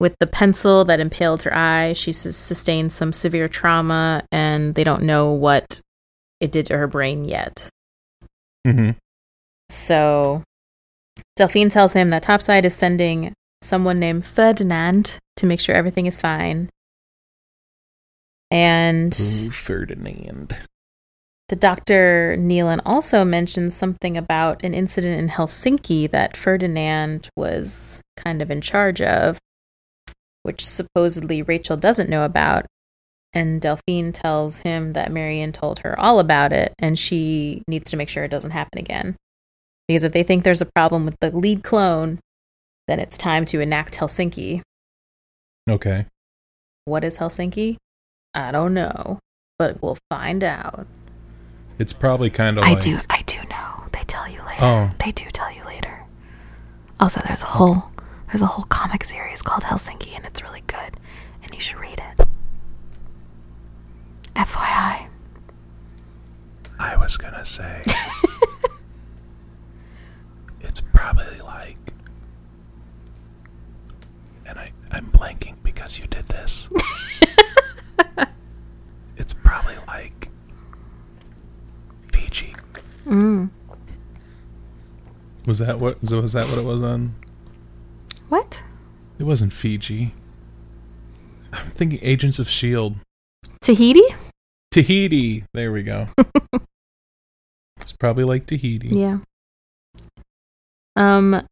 Speaker 2: with the pencil that impaled her eye, she sus- sustained some severe trauma and they don't know what it did to her brain yet.
Speaker 1: Mm-hmm.
Speaker 2: So Delphine tells him that Topside is sending someone named Ferdinand to make sure everything is fine. And
Speaker 1: Mm-hmm. Ferdinand.
Speaker 2: the doctor Neelan also mentions something about an incident in Helsinki that Ferdinand was kind of in charge of, which supposedly Rachel doesn't know about. And Delphine tells him that Marion told her all about it and she needs to make sure it doesn't happen again. Because if they think there's a problem with the lead clone, then it's time to enact Helsinki.
Speaker 1: Okay.
Speaker 2: What is Helsinki? I don't know, but we'll find out.
Speaker 1: It's probably kind of like
Speaker 2: I do know. They tell you later.
Speaker 1: Oh.
Speaker 2: They do tell you later. Also, there's a whole there's a whole comic series called Helsinki, and it's really good, and you should read it. FYI.
Speaker 1: I was gonna say. it's probably like. And I, I'm blanking because you did this. it's probably
Speaker 2: Mm.
Speaker 1: like. Fiji. Was that what was that, was that what it was on?
Speaker 2: What?
Speaker 1: It wasn't Fiji. I'm thinking Agents of Shield.
Speaker 2: Tahiti?
Speaker 1: Tahiti. There we go. it's probably like Tahiti.
Speaker 2: Yeah. Um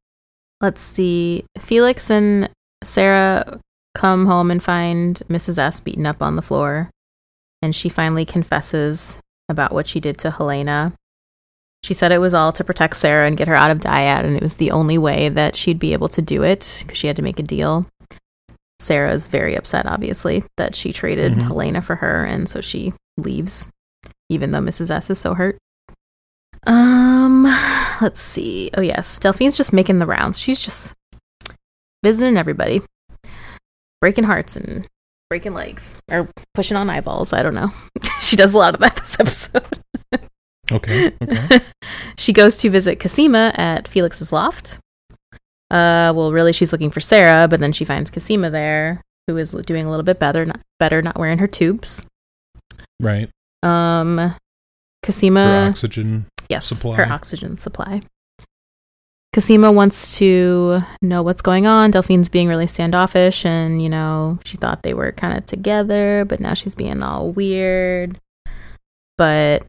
Speaker 2: let's see. Felix and Sarah come home and find Mrs. S beaten up on the floor and she finally confesses about what she did to Helena. She said it was all to protect Sarah and get her out of dyad, and it was the only way that she'd be able to do it because she had to make a deal. Sarah's very upset, obviously, that she traded
Speaker 1: Mhm.
Speaker 2: Helena for her, and so she leaves, even though Mrs. S is so hurt. Um, let's see. Oh, yes. Delphine's just making the rounds. She's just visiting everybody, breaking hearts and breaking legs, or pushing on eyeballs. I don't know. she does a lot of that this episode.
Speaker 1: Okay. Okay.
Speaker 2: she goes to visit Casima at Felix's loft. Uh, well, really, she's looking for Sarah, but then she finds Casima there, who is doing a little bit better, not better, not wearing her tubes.
Speaker 1: right.
Speaker 2: Um,
Speaker 1: For
Speaker 2: Casima,
Speaker 1: oxygen.
Speaker 2: yes,
Speaker 1: supply.
Speaker 2: her oxygen supply. Casima wants to know what's going on. Delphine's being really standoffish, and you know she thought they were kind of together, but now she's being all weird. But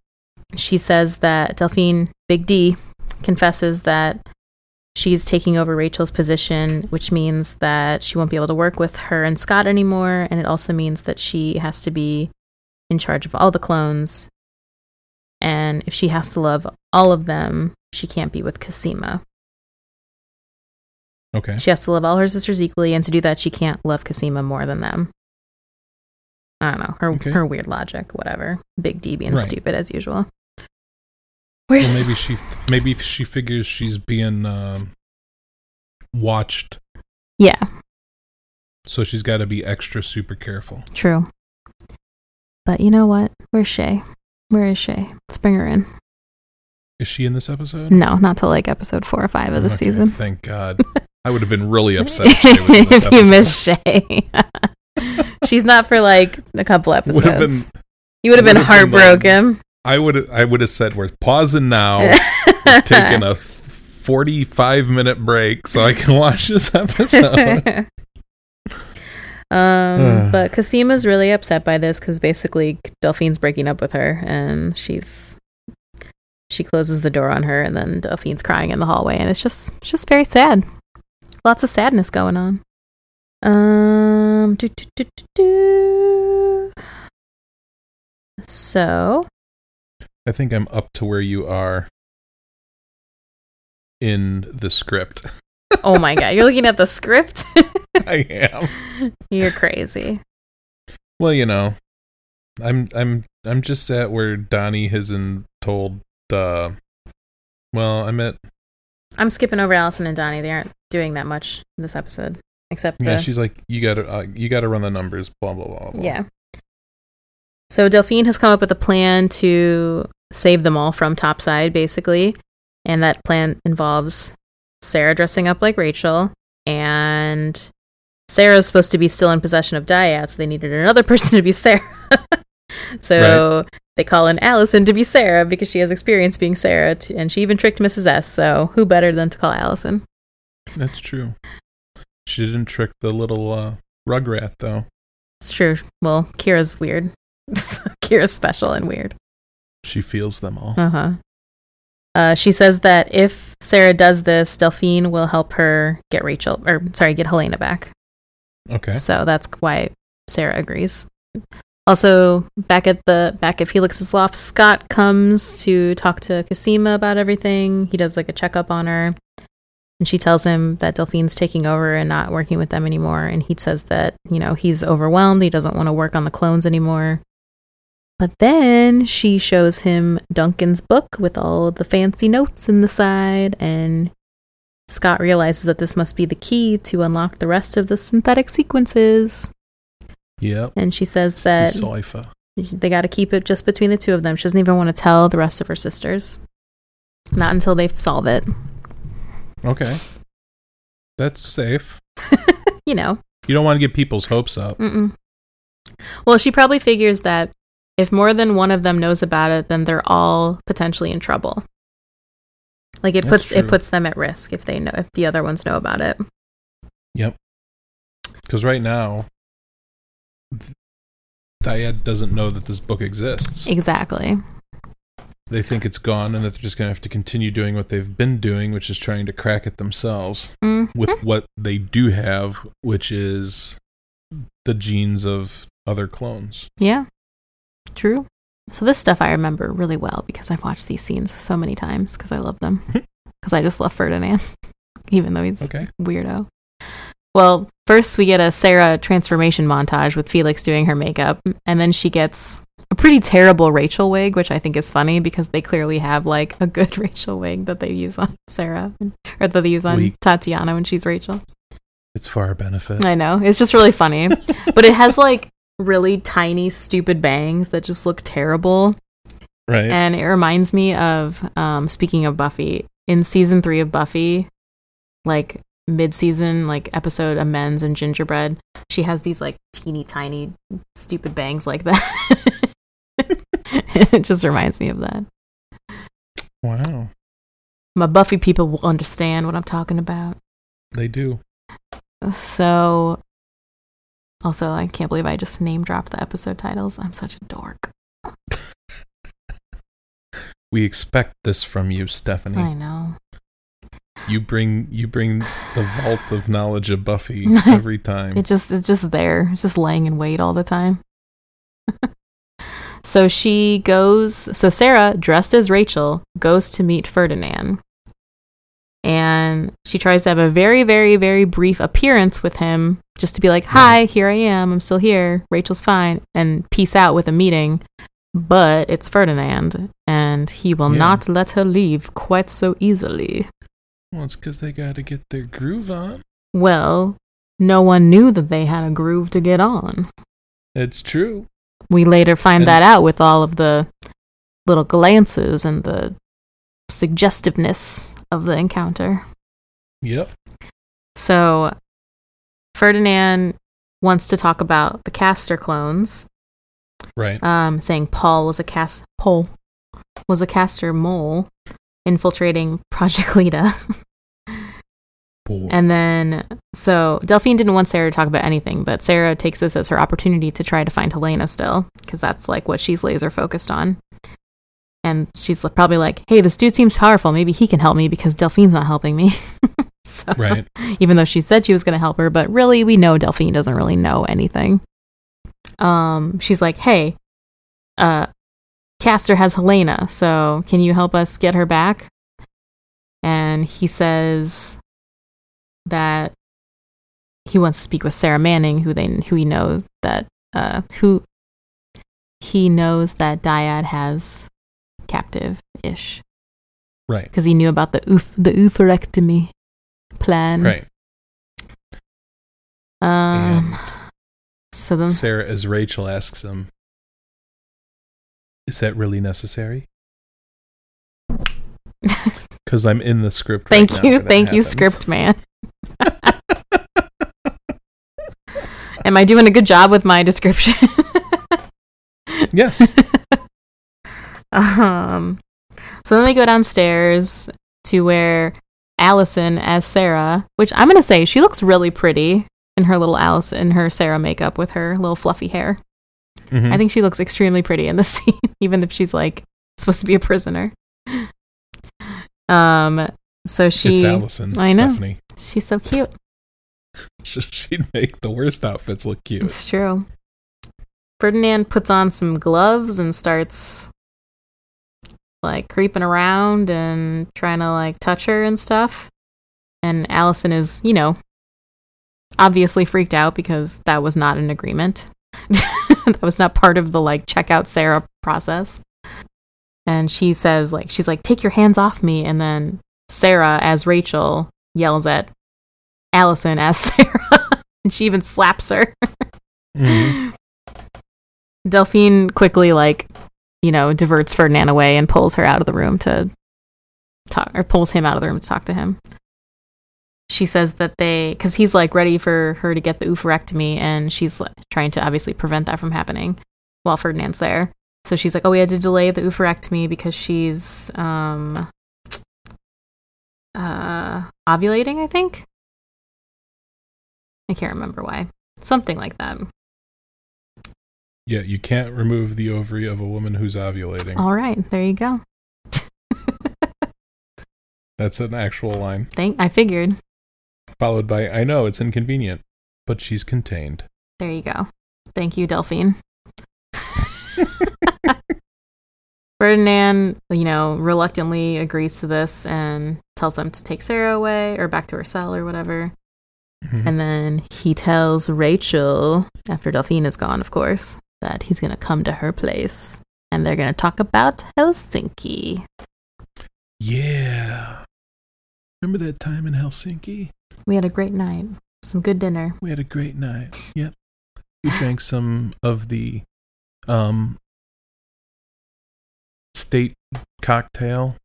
Speaker 2: she says that Delphine Big D confesses that she's taking over Rachel's position, which means that she won't be able to work with her and Scott anymore, and it also means that she has to be in charge of all the clones. And if she has to love all of them, she can't be with Casima.
Speaker 1: Okay.
Speaker 2: She has to love all her sisters equally, and to do that, she can't love Casima more than them. I don't know her
Speaker 1: Okay.
Speaker 2: her weird logic, whatever. Big D being
Speaker 1: Right.
Speaker 2: stupid as usual.
Speaker 1: Well,
Speaker 2: Where's
Speaker 1: maybe she maybe she figures she's being um, watched,
Speaker 2: yeah?
Speaker 1: so she's got to be extra super careful.
Speaker 2: True. But you know what? Where's Shay? Where is Shay? Let's bring her in.
Speaker 1: Is she in this episode?
Speaker 2: No, not till like episode four or five of the
Speaker 1: Okay,
Speaker 2: season.
Speaker 1: Thank God. I would have been really upset if, she was in this
Speaker 2: if you
Speaker 1: episode.
Speaker 2: miss Shay. She's not for like a couple
Speaker 1: Would have been.
Speaker 2: episodes. you would have been
Speaker 1: would've been, like,
Speaker 2: heartbroken.
Speaker 1: I would. I would have said we're pausing now, taking a forty-five minute break so I can watch this episode.
Speaker 2: um, but Casima's really upset by this because basically Delphine's breaking up with her, and she's she closes the door on her, and then Delphine's crying in the hallway, and it's just it's just very sad. Lots of sadness going on. Um, do, do, do, do, do. so
Speaker 1: I think I'm up to where you are in the script.
Speaker 2: oh my god, you're looking at the script.
Speaker 1: I am.
Speaker 2: you're crazy.
Speaker 1: Well, you know, I'm I'm I'm just at where Donnie hasn't told. Uh, well, I'm at
Speaker 2: I'm skipping over Allison and Donnie. They aren't doing that much in this episode, except
Speaker 1: yeah.
Speaker 2: the
Speaker 1: She's like, you gotta uh, you gotta run the numbers. Blah blah blah. blah.
Speaker 2: yeah. So Delphine has come up with a plan to save them all from topside, basically, and that plan involves Sarah dressing up like Rachel, and Sarah's supposed to be still in possession of Dyad, so they needed another person to be Sarah. so they call in Allison to be Sarah because she has experience being Sarah, t- and she even tricked Mrs. S. So who better than to call Allison?
Speaker 1: that's true. She didn't trick the little uh, rugrat though.
Speaker 2: It's true. Well, Kira's weird. Kira's special and weird.
Speaker 1: She feels them all.
Speaker 2: Uh-huh. Uh She says that if Sarah does this, Delphine will help her get Rachel, or sorry, get Helena back.
Speaker 1: Okay.
Speaker 2: So that's why Sarah agrees. Also, back at the back at Felix's loft, Scott comes to talk to Casima about everything. He does like a checkup on her, and she tells him that Delphine's taking over and not working with them anymore. And he says that you know he's overwhelmed. He doesn't want to work on the clones anymore. But then she shows him Duncan's book with all the fancy notes in the side, and Scott realizes that this must be the key to unlock the rest of the synthetic sequences,
Speaker 1: Yep.
Speaker 2: and she says that
Speaker 1: Decipher.
Speaker 2: they got to keep it just between the two of them. She doesn't even want to tell the rest of her sisters. Not until they solve it,
Speaker 1: Okay. That's safe.
Speaker 2: you know.
Speaker 1: You don't want to get people's hopes up.
Speaker 2: Mm-mm. Well, she probably figures that if more than one of them knows about it, then they're all potentially in trouble. Like it
Speaker 1: That's
Speaker 2: puts it
Speaker 1: true.
Speaker 2: puts them at risk if they know if the other ones know about it.
Speaker 1: Because right now, Dyad doesn't know that this book exists.
Speaker 2: Exactly.
Speaker 1: They think it's gone and that they're just going to have to continue doing what they've been doing, which is trying to crack it themselves
Speaker 2: Mm.
Speaker 1: with what they do have, which is the genes of other clones.
Speaker 2: Yeah. True. So this stuff I remember really well because I've watched these scenes so many times because I love them. Because I just love Ferdinand, even though he's
Speaker 1: Okay.
Speaker 2: weirdo. Well, first we get a Sarah transformation montage with Felix doing her makeup, and then she gets a pretty terrible Rachel wig, which I think is funny because they clearly have like a good Rachel wig that they use on Sarah or that they use on
Speaker 1: Weak.
Speaker 2: Tatiana when she's Rachel.
Speaker 1: It's for our benefit.
Speaker 2: I know. It's just really funny. but it has like really tiny stupid bangs that just look terrible.
Speaker 1: Right.
Speaker 2: And it reminds me of um, speaking of Buffy in season three of Buffy, like mid-season, like episode Amends and Gingerbread. She has these like teeny tiny stupid bangs like that. it just reminds me of that.
Speaker 1: Wow.
Speaker 2: My Buffy people will understand what I'm talking about.
Speaker 1: They do.
Speaker 2: So, also, I can't believe I just name dropped the episode titles. I'm such a dork.
Speaker 1: We expect this from you, Stephanie.
Speaker 2: I know.
Speaker 1: You bring you bring the vault of knowledge of Buffy every time.
Speaker 2: It just it's just there. It's just laying in wait all the time. so she goes so Sarah, dressed as Rachel, goes to meet Ferdinand. And she tries to have a very, very, very brief appearance with him just to be like, Hi, here I am, I'm still here, Rachel's fine, and peace out with a meeting. But it's Ferdinand, and he will
Speaker 1: Yeah.
Speaker 2: not let her leave quite so easily.
Speaker 1: Well, it's because they got to get their groove on.
Speaker 2: Well, no one knew that they had a groove to get on.
Speaker 1: It's true.
Speaker 2: we later find
Speaker 1: And-
Speaker 2: that out with all of the little glances and the suggestiveness of the encounter.
Speaker 1: Yep.
Speaker 2: So Ferdinand wants to talk about the caster clones,
Speaker 1: Right.
Speaker 2: um, saying Paul was a cast Paul was a caster mole infiltrating Project Lita.
Speaker 1: Boy.
Speaker 2: And then, so Delphine didn't want Sarah to talk about anything, but Sarah takes this as her opportunity to try to find Helena still, because that's like what she's laser focused on. And she's probably like, hey, this dude seems powerful. Maybe he can help me because Delphine's not helping me. so,
Speaker 1: right.
Speaker 2: even though she said she was going to help her, but really, we know Delphine doesn't really know anything. Um, she's like, hey, uh, Caster has Helena, so can you help us get her back? And he says that he wants to speak with Sarah Manning, who they who he knows that uh, who he knows that Dyad has captive ish
Speaker 1: Right.
Speaker 2: because he knew about the oof the oophorectomy plan.
Speaker 1: Right.
Speaker 2: Um. So then,
Speaker 1: Sarah, as Rachel asks him, "Is that really necessary?" Because I'm in the script. right
Speaker 2: thank
Speaker 1: now
Speaker 2: you,
Speaker 1: that it
Speaker 2: thank you,
Speaker 1: happens.
Speaker 2: script man. Am I doing a good job with my description?
Speaker 1: Yes.
Speaker 2: um. So then they go downstairs to where Allison as Sarah, which I'm gonna say she looks really pretty in her little Alice in her Sarah makeup with her little fluffy hair.
Speaker 1: Mhm.
Speaker 2: I think she looks extremely pretty in this scene, even if she's like supposed to be a prisoner. Um. So she.
Speaker 1: it's Allison.
Speaker 2: I know.
Speaker 1: Stephanie.
Speaker 2: She's so cute.
Speaker 1: She'd make the worst outfits look cute.
Speaker 2: It's true. Ferdinand puts on some gloves and starts like creeping around and trying to like touch her and stuff. And Allison is, you know, obviously freaked out because that was not an agreement. that was not part of the like checkout Sarah process. And she says like she's like take your hands off me and then Sarah as Rachel yells at Allison as Sarah and she even slaps her.
Speaker 1: Mhm.
Speaker 2: Mm-hmm. Delphine quickly, like, you know, diverts Ferdinand away and pulls her out of the room to talk, or pulls him out of the room to talk to him. She says that they, because he's like ready for her to get the oophorectomy, and she's like, trying to obviously prevent that from happening while Ferdinand's there. So she's like, "Oh, we had to delay the oophorectomy because she's um, uh, ovulating, I think. I can't remember why. Something like that.
Speaker 1: Yeah, you can't remove the ovary of a woman who's ovulating.
Speaker 2: All right, there you go.
Speaker 1: That's an actual line.
Speaker 2: Thank I figured.
Speaker 1: Followed by, I know it's inconvenient, but she's contained.
Speaker 2: There you go. Thank you, Delphine. Ferdinand, you know, reluctantly agrees to this and tells them to take Sarah away or back to her cell or whatever.
Speaker 1: Mhm.
Speaker 2: And then he tells Rachel, after Delphine is gone, of course, that he's going to come to her place and they're going to talk about Helsinki.
Speaker 1: yeah. Remember that time in Helsinki?
Speaker 2: We had a great night, some good dinner.
Speaker 1: We had a great night. Yep. We drank some of the um state cocktail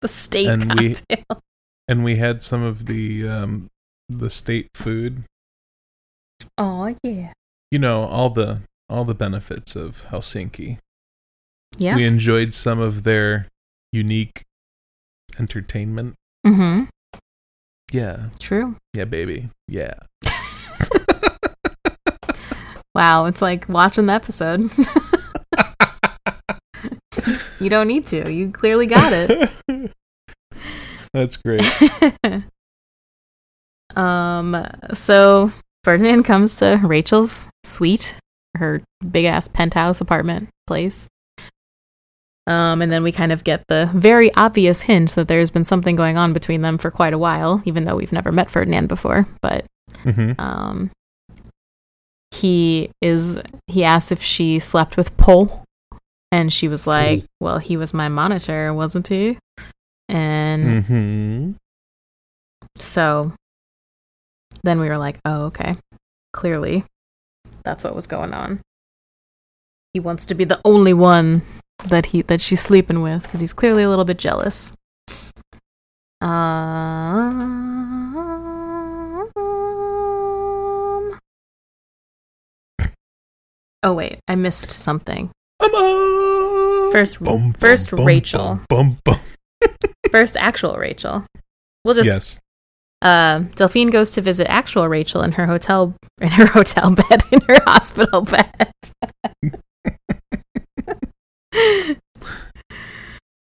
Speaker 2: The state
Speaker 1: And we-
Speaker 2: cocktail.
Speaker 1: and we had some of the um the state food.
Speaker 2: oh, yeah.
Speaker 1: You know, all the all the benefits of Helsinki.
Speaker 2: Yeah.
Speaker 1: We enjoyed some of their unique entertainment.
Speaker 2: Mm-hmm.
Speaker 1: Yeah.
Speaker 2: True.
Speaker 1: Yeah, baby. Yeah.
Speaker 2: Wow, it's like watching the episode. you don't need to. You clearly got it.
Speaker 1: That's great.
Speaker 2: um so Ferdinand comes to Rachel's suite, her big ass penthouse apartment place. Um and then we kind of get the very obvious hint that there's been something going on between them for quite a while, even though we've never met Ferdinand before, but
Speaker 1: hmm
Speaker 2: um he is he asks if she slept with Paul and she was like,
Speaker 1: Ooh.
Speaker 2: "Well, he was my monitor, wasn't he?" And
Speaker 1: hmm
Speaker 2: so then we were like, oh, okay. Clearly, that's what was going on. He wants to be the only one that he that she's sleeping with because he's clearly a little bit jealous. Um, oh wait, I missed something.
Speaker 1: I'm on.
Speaker 2: First- first Rachel.
Speaker 1: Bum, bum.
Speaker 2: First, actual Rachel. We'll just
Speaker 1: yes.
Speaker 2: uh, Delphine goes to visit actual Rachel in her hotel in her hotel bed in her hospital bed.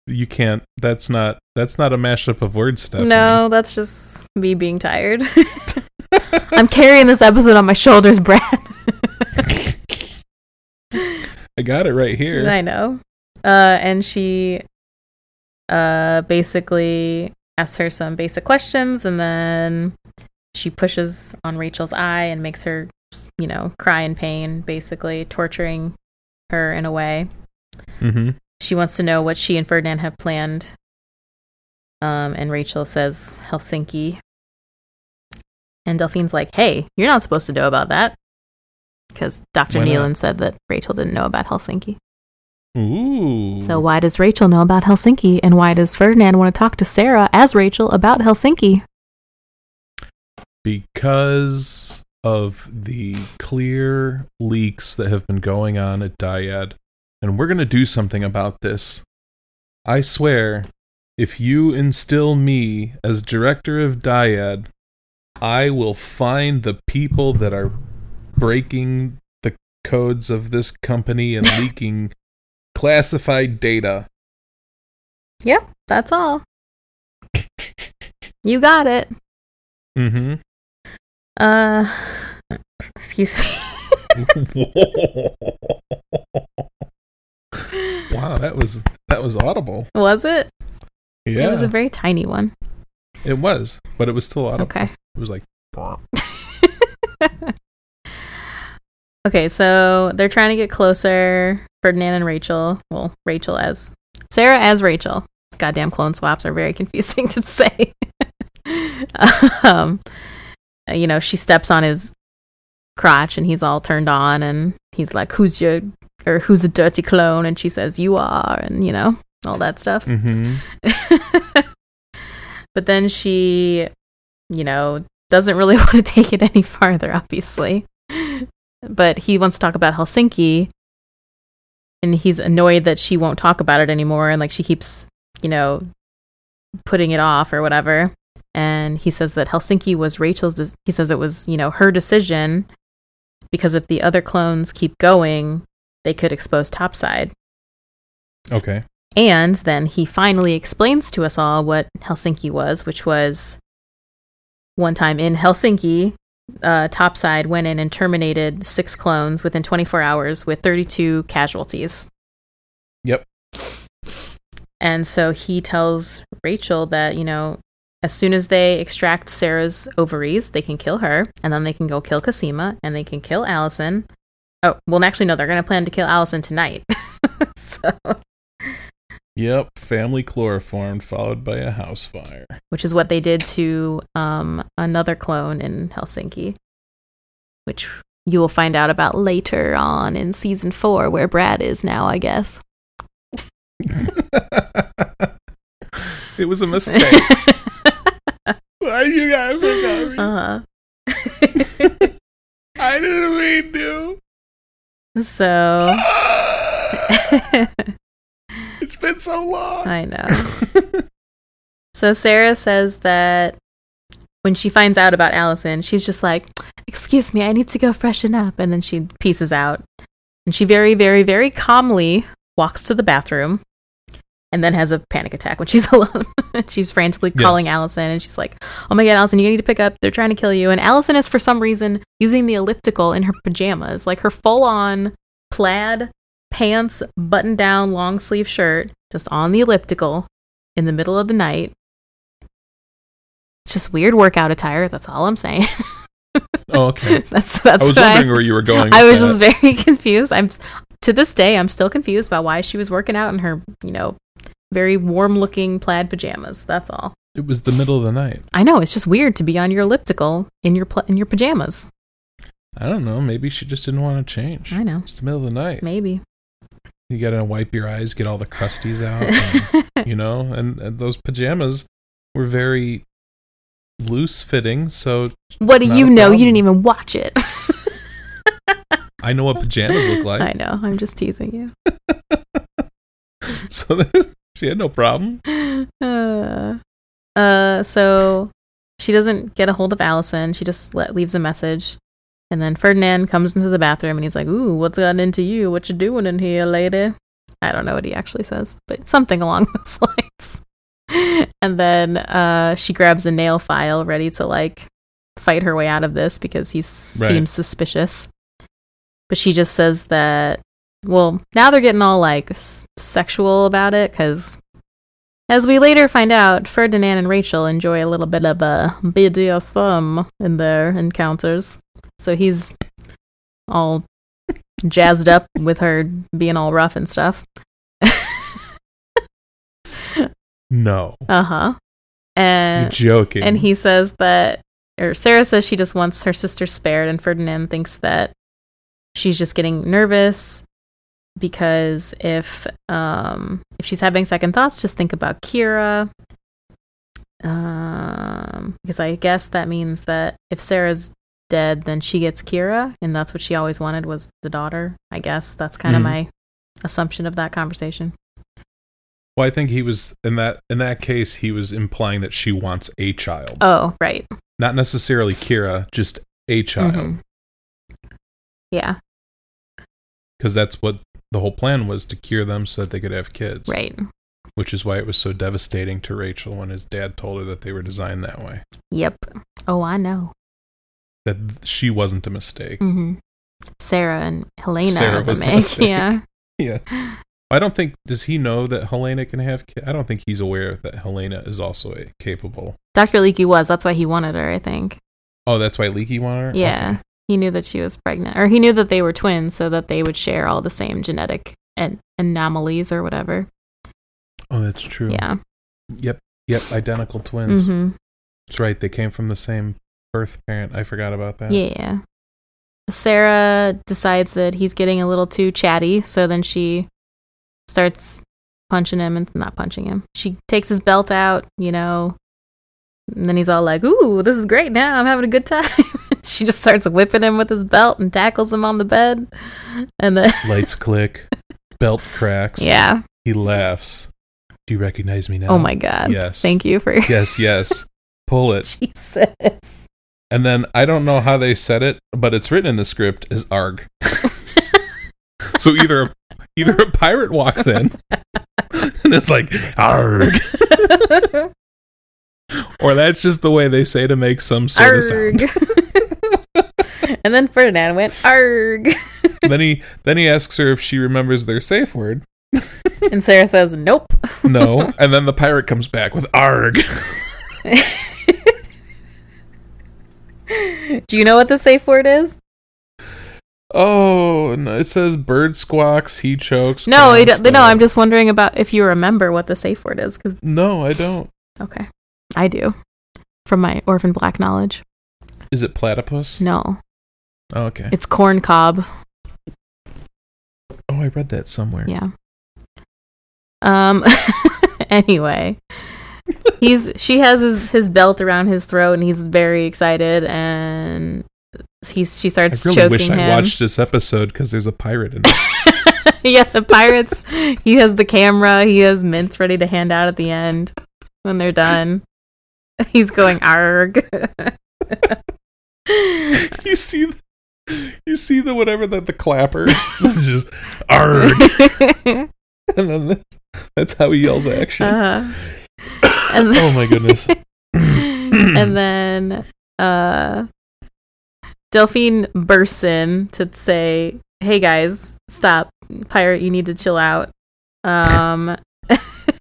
Speaker 1: You can't. That's not. That's not a mashup of word stuff.
Speaker 2: No, that's just me being tired. I'm carrying this episode on my shoulders, Brad.
Speaker 1: I got it right here.
Speaker 2: I know. Uh, and she uh, basically asks her some basic questions, and then she pushes on Rachel's eye and makes her, you know, cry in pain, basically torturing her in a way.
Speaker 1: hmm
Speaker 2: She wants to know what she and Ferdinand have planned. Um, and Rachel says Helsinki. And Delphine's like, hey, you're not supposed to know about that. Because Dr.
Speaker 1: Why not?
Speaker 2: Nealon said that Rachel didn't know about Helsinki.
Speaker 1: Ooh.
Speaker 2: So why does Rachel know about Helsinki? And why does Ferdinand want to talk to Sarah as Rachel about Helsinki?
Speaker 1: because of the clear leaks that have been going on at Dyad, and we're going to do something about this. I swear, if you instill me as director of Dyad, I will find the people that are breaking the codes of this company and leaking classified data.
Speaker 2: Yep, that's all. You got it.
Speaker 1: Mm
Speaker 2: Uh, excuse me.
Speaker 1: hmm. wow, that was that was audible.
Speaker 2: Was it?
Speaker 1: Yeah, Oh.
Speaker 2: It was a very tiny one.
Speaker 1: but it was still audible.
Speaker 2: Okay.
Speaker 1: It was like,
Speaker 2: Okay, so they're trying to get closer. Ferdinand and Rachel. Well, Rachel as Sarah as Rachel. Goddamn clone swaps are very confusing to say. um, you know, she steps on his crotch and he's all turned on and he's like, Who's your or who's a dirty clone? And she says, You are and you know, all that stuff.
Speaker 1: mm-hmm.
Speaker 2: but then she, you know, doesn't really want to take it any farther, obviously. But he wants to talk about Helsinki, and he's annoyed that she won't talk about it anymore, and like she keeps, you know, putting it off or whatever. And he says that Helsinki was Rachel's. De- he says it was you know her decision because if the other clones keep going, they could expose topside.
Speaker 1: Okay.
Speaker 2: And then he finally explains to us all what Helsinki was, which was one time in Helsinki, uh, Topside went in and terminated six clones within 24 hours with 32 casualties.
Speaker 1: Yep.
Speaker 2: And so he tells Rachel that, you know, as soon as they extract Sarah's ovaries, they can kill her, and then they can go kill Cosima, and they can kill Allison. Oh, well, actually, no, they're going to plan to kill Allison tonight. so.
Speaker 1: Yep, family chloroformed, followed by a house fire.
Speaker 2: which is what they did to um, another clone in Helsinki, which you will find out about later on in season four, where Brad is now, I guess.
Speaker 1: it was a mistake. Why you guys forgot me?
Speaker 2: uh-huh.
Speaker 1: I didn't mean to.
Speaker 2: Uh-huh. So
Speaker 1: it's been so long.
Speaker 2: I know. So Sarah says that when she finds out about Allison, she's just like, "Excuse me, I need to go freshen up," and then she pieces out. And she very, very, very calmly walks to the bathroom, and then has a panic attack when she's alone. she's frantically
Speaker 1: Yes.
Speaker 2: calling Allison, and she's like, "Oh my god, Allison, you need to pick up. They're trying to kill you." And Allison is for some reason using the elliptical in her pajamas, like her full-on plaid pants, button-down, long-sleeve shirt, just on the elliptical in the middle of the night. It's just weird workout attire. That's all I'm saying.
Speaker 1: oh, okay.
Speaker 2: that's
Speaker 1: I
Speaker 2: that's
Speaker 1: was
Speaker 2: why
Speaker 1: wondering where you were going.
Speaker 2: I
Speaker 1: with
Speaker 2: was
Speaker 1: that.
Speaker 2: just very confused. I'm s- to this day I'm still confused about why she was working out in her you know very warm looking plaid pajamas. That's all.
Speaker 1: It was the middle of the night.
Speaker 2: I know it's just weird to be on your elliptical in your pla in your pajamas.
Speaker 1: I don't know. Maybe she just didn't want to change.
Speaker 2: I know.
Speaker 1: It's the middle of the night.
Speaker 2: Maybe.
Speaker 1: You gotta wipe your eyes, get all the crusties out. and- you know, and, and those pajamas were very loose fitting. So
Speaker 2: what do
Speaker 1: Not
Speaker 2: you
Speaker 1: a
Speaker 2: know? You
Speaker 1: problem.
Speaker 2: didn't even watch it.
Speaker 1: I know what pajamas look like.
Speaker 2: I know. I'm just teasing you.
Speaker 1: So there's- she had no problem.
Speaker 2: uh, uh, so she doesn't get a hold of Allison. She just le- leaves a message. And then Ferdinand comes into the bathroom and he's like, Ooh, what's gotten into you? What you doing in here, lady? I don't know what he actually says, but something along those lines. and then uh, she grabs a nail file ready to like fight her way out of this because he s-
Speaker 1: Right.
Speaker 2: seems suspicious. But she just says that, well, now they're getting all like s- sexual about it because as we later find out, Ferdinand and Rachel enjoy a little bit of a BDSM in their encounters. So he's all jazzed up with her being all rough and stuff.
Speaker 1: No.
Speaker 2: Uh huh.
Speaker 1: You're
Speaker 2: And
Speaker 1: joking.
Speaker 2: Uh, and he says that, or Sarah says she just wants her sister spared, and Ferdinand thinks that she's just getting nervous because if um if she's having second thoughts, just think about Kira. Um, because I guess that means that if Sarah's dead, then she gets Kira, and that's what she always wanted was the daughter. I guess that's kind of
Speaker 1: Mhm.
Speaker 2: my assumption of that conversation.
Speaker 1: well, I think he was in that in that case he was implying that she wants a child.
Speaker 2: Oh, right.
Speaker 1: Not necessarily Kira, just a child.
Speaker 2: Mhm. Yeah,
Speaker 1: Because that's what the whole plan was to cure them so that they could have kids.
Speaker 2: right.
Speaker 1: Which is why it was so devastating to Rachel when his dad told her that they were designed that way.
Speaker 2: Yep. Oh, I know.
Speaker 1: That th- she wasn't a mistake.
Speaker 2: hmm Sarah and Helena
Speaker 1: Sarah
Speaker 2: are the
Speaker 1: was the
Speaker 2: make.
Speaker 1: mistake.
Speaker 2: Yeah.
Speaker 1: Yes. I don't think does he know that Helena can have kids? I don't think he's aware that Helena is also a capable.
Speaker 2: Dr. Leakey was. That's why he wanted her, I think.
Speaker 1: Oh, that's why Leaky wanted her?
Speaker 2: Yeah.
Speaker 1: Okay.
Speaker 2: He knew that she was pregnant, or he knew that they were twins so that they would share all the same genetic an- anomalies or whatever.
Speaker 1: Oh, that's true.
Speaker 2: Yeah.
Speaker 1: Yep. Yep. Identical twins.
Speaker 2: hmm
Speaker 1: That's right. They came from the same birth parent. I forgot about that.
Speaker 2: Yeah. Sarah decides that he's getting a little too chatty, so then she starts punching him and not punching him. She takes his belt out, you know, and then he's all like, Ooh, this is great now. I'm having a good time. she just starts whipping him with his belt and tackles him on the bed. And then,
Speaker 1: Lights click. Belt cracks.
Speaker 2: yeah.
Speaker 1: He laughs. Do you recognize me now?
Speaker 2: Oh my god.
Speaker 1: Yes.
Speaker 2: Thank you for
Speaker 1: Yes, yes. Pull it.
Speaker 2: Jesus.
Speaker 1: And then I don't know how they said it, but it's written in the script as arg. so either either a pirate walks in and it's like arg, or that's just the way they say to make some sort of sound.
Speaker 2: Arg. and then Ferdinand went arg.
Speaker 1: Then he then he asks her if she remembers their safe word.
Speaker 2: And Sarah says, Nope.
Speaker 1: No, and then the pirate comes back with arg.
Speaker 2: Do you know what the safe word is?
Speaker 1: Oh, no, it says bird squawks, he chokes.
Speaker 2: No, I
Speaker 1: clowns
Speaker 2: don't, no,
Speaker 1: stomp.
Speaker 2: I'm just wondering about if you remember what the safe word is. Because,
Speaker 1: No, I don't.
Speaker 2: okay. I do. From my orphan black knowledge.
Speaker 1: Is it platypus?
Speaker 2: No.
Speaker 1: Oh, okay.
Speaker 2: It's corn cob.
Speaker 1: Oh, I read that somewhere.
Speaker 2: Yeah. Um. anyway, he's she has his his belt around his throat, and he's very excited, and he's she
Speaker 1: I
Speaker 2: starts
Speaker 1: really
Speaker 2: choking
Speaker 1: wish
Speaker 2: him.
Speaker 1: I watched this episode because there's a pirate in it.
Speaker 2: yeah, the pirates. he has the camera. He has mints ready to hand out at the end when they're done. He's going arg.
Speaker 1: you see, the, you see the whatever the the clapper, just arg,
Speaker 2: uh,
Speaker 1: and then that's, that's how he yells action.
Speaker 2: Uh-huh.
Speaker 1: oh my goodness.
Speaker 2: and then uh Delphine bursts in to say, "Hey guys, stop, pirate! You need to chill out." Um,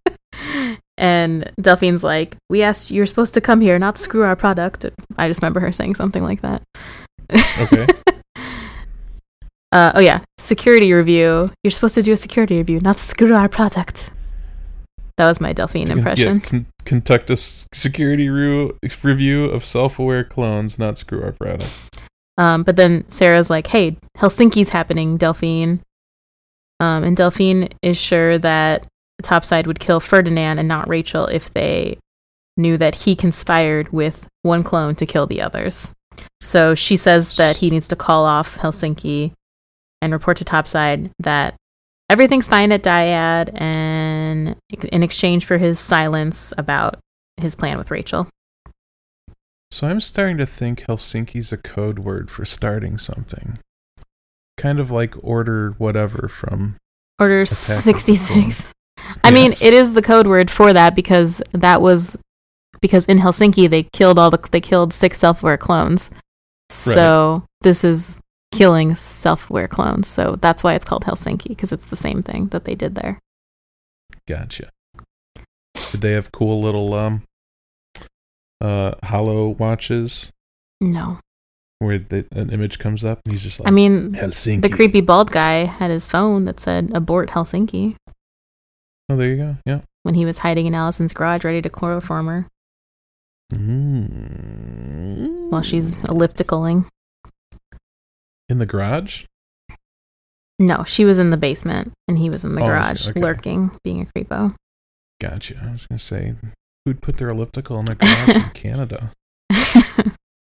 Speaker 2: and Delphine's like, "We asked you're supposed to come here, not screw our product." I just remember her saying something like that.
Speaker 1: Okay.
Speaker 2: Uh, oh yeah, security review. You're supposed to do a security review, not screw our product. That was my Delphine impression.
Speaker 1: Yeah, con- conduct a s- security re- review of self-aware clones, not screw our product.
Speaker 2: Um, but then Sarah's like, "Hey, Helsinki's happening, Delphine," um, and Delphine is sure that Topside would kill Ferdinand and not Rachel if they knew that he conspired with one clone to kill the others. So she says that he needs to call off Helsinki and report to Topside that everything's fine at Dyad, and in exchange for his silence about his plan with Rachel.
Speaker 1: So I'm starting to think Helsinki's a code word for starting something. Kind of like order whatever from
Speaker 2: Order
Speaker 1: Attack of the
Speaker 2: 66. I mean,
Speaker 1: Yes.
Speaker 2: it is the code word for that because that was because in Helsinki they killed all the they killed six self-aware clones. So this is killing self-aware clones. So that's why it's called Helsinki because it's the same thing that they did there.
Speaker 1: Gotcha. Did they have cool little um uh hollow watches
Speaker 2: No.
Speaker 1: where the, an image comes up and he's just like
Speaker 2: I mean,
Speaker 1: Helsinki.
Speaker 2: the creepy bald guy had his phone that said abort Helsinki
Speaker 1: oh, there you go. Yeah.
Speaker 2: when he was hiding in Allison's garage ready to chloroform her
Speaker 1: Mm.
Speaker 2: while she's ellipticaling.
Speaker 1: in the garage.
Speaker 2: No, she was in the basement and he was in the
Speaker 1: Oh, I see.
Speaker 2: garage
Speaker 1: Okay.
Speaker 2: lurking, being a creepo.
Speaker 1: Gotcha. I was gonna say who'd put their elliptical in their garage in Canada?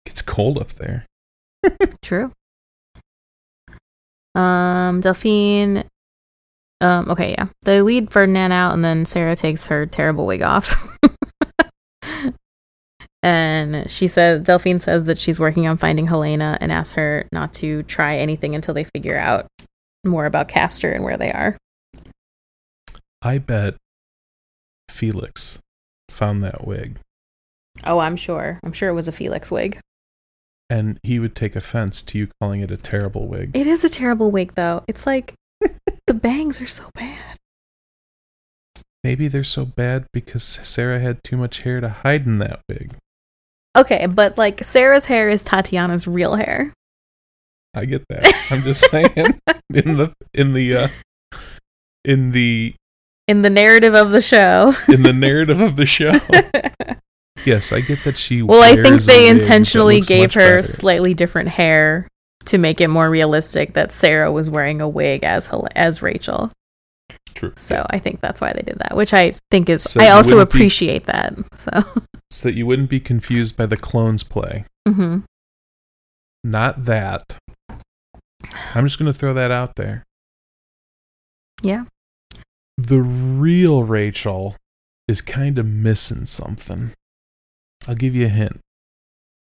Speaker 1: It's cold up there.
Speaker 2: True. Um, Delphine. Um, okay, yeah. They lead Ferdinand out, and then Sarah takes her terrible wig off. and she says, Delphine says that she's working on finding Helena and asks her not to try anything until they figure out more about Castor and where they are.
Speaker 1: I bet Felix found that wig
Speaker 2: Oh, I'm sure. I'm sure it was a Felix wig.
Speaker 1: and he would take offense to you calling it a terrible wig.
Speaker 2: It is a terrible wig, though. It's like the bangs are so bad.
Speaker 1: Maybe they're so bad because Sarah had too much hair to hide in that wig.
Speaker 2: Okay, but like Sarah's hair is Tatiana's real hair.
Speaker 1: I get that. I'm just saying in the in the uh in the
Speaker 2: in the narrative of the show.
Speaker 1: in the narrative of the show. Yes, I get that she
Speaker 2: well, I think
Speaker 1: wears a
Speaker 2: they
Speaker 1: wig that
Speaker 2: intentionally
Speaker 1: looks
Speaker 2: gave
Speaker 1: much
Speaker 2: her
Speaker 1: better.
Speaker 2: slightly different hair to make it more realistic that Sarah was wearing a wig as Hel- as Rachel.
Speaker 1: True.
Speaker 2: So I think that's why they did that, which I think is
Speaker 1: So
Speaker 2: I
Speaker 1: you
Speaker 2: also
Speaker 1: wouldn't be-
Speaker 2: appreciate that. So
Speaker 1: so that you wouldn't be confused by the clones play.
Speaker 2: hmm
Speaker 1: Not that. I'm just going to throw that out there.
Speaker 2: Yeah.
Speaker 1: The real Rachel is kind of missing something. I'll give you a hint.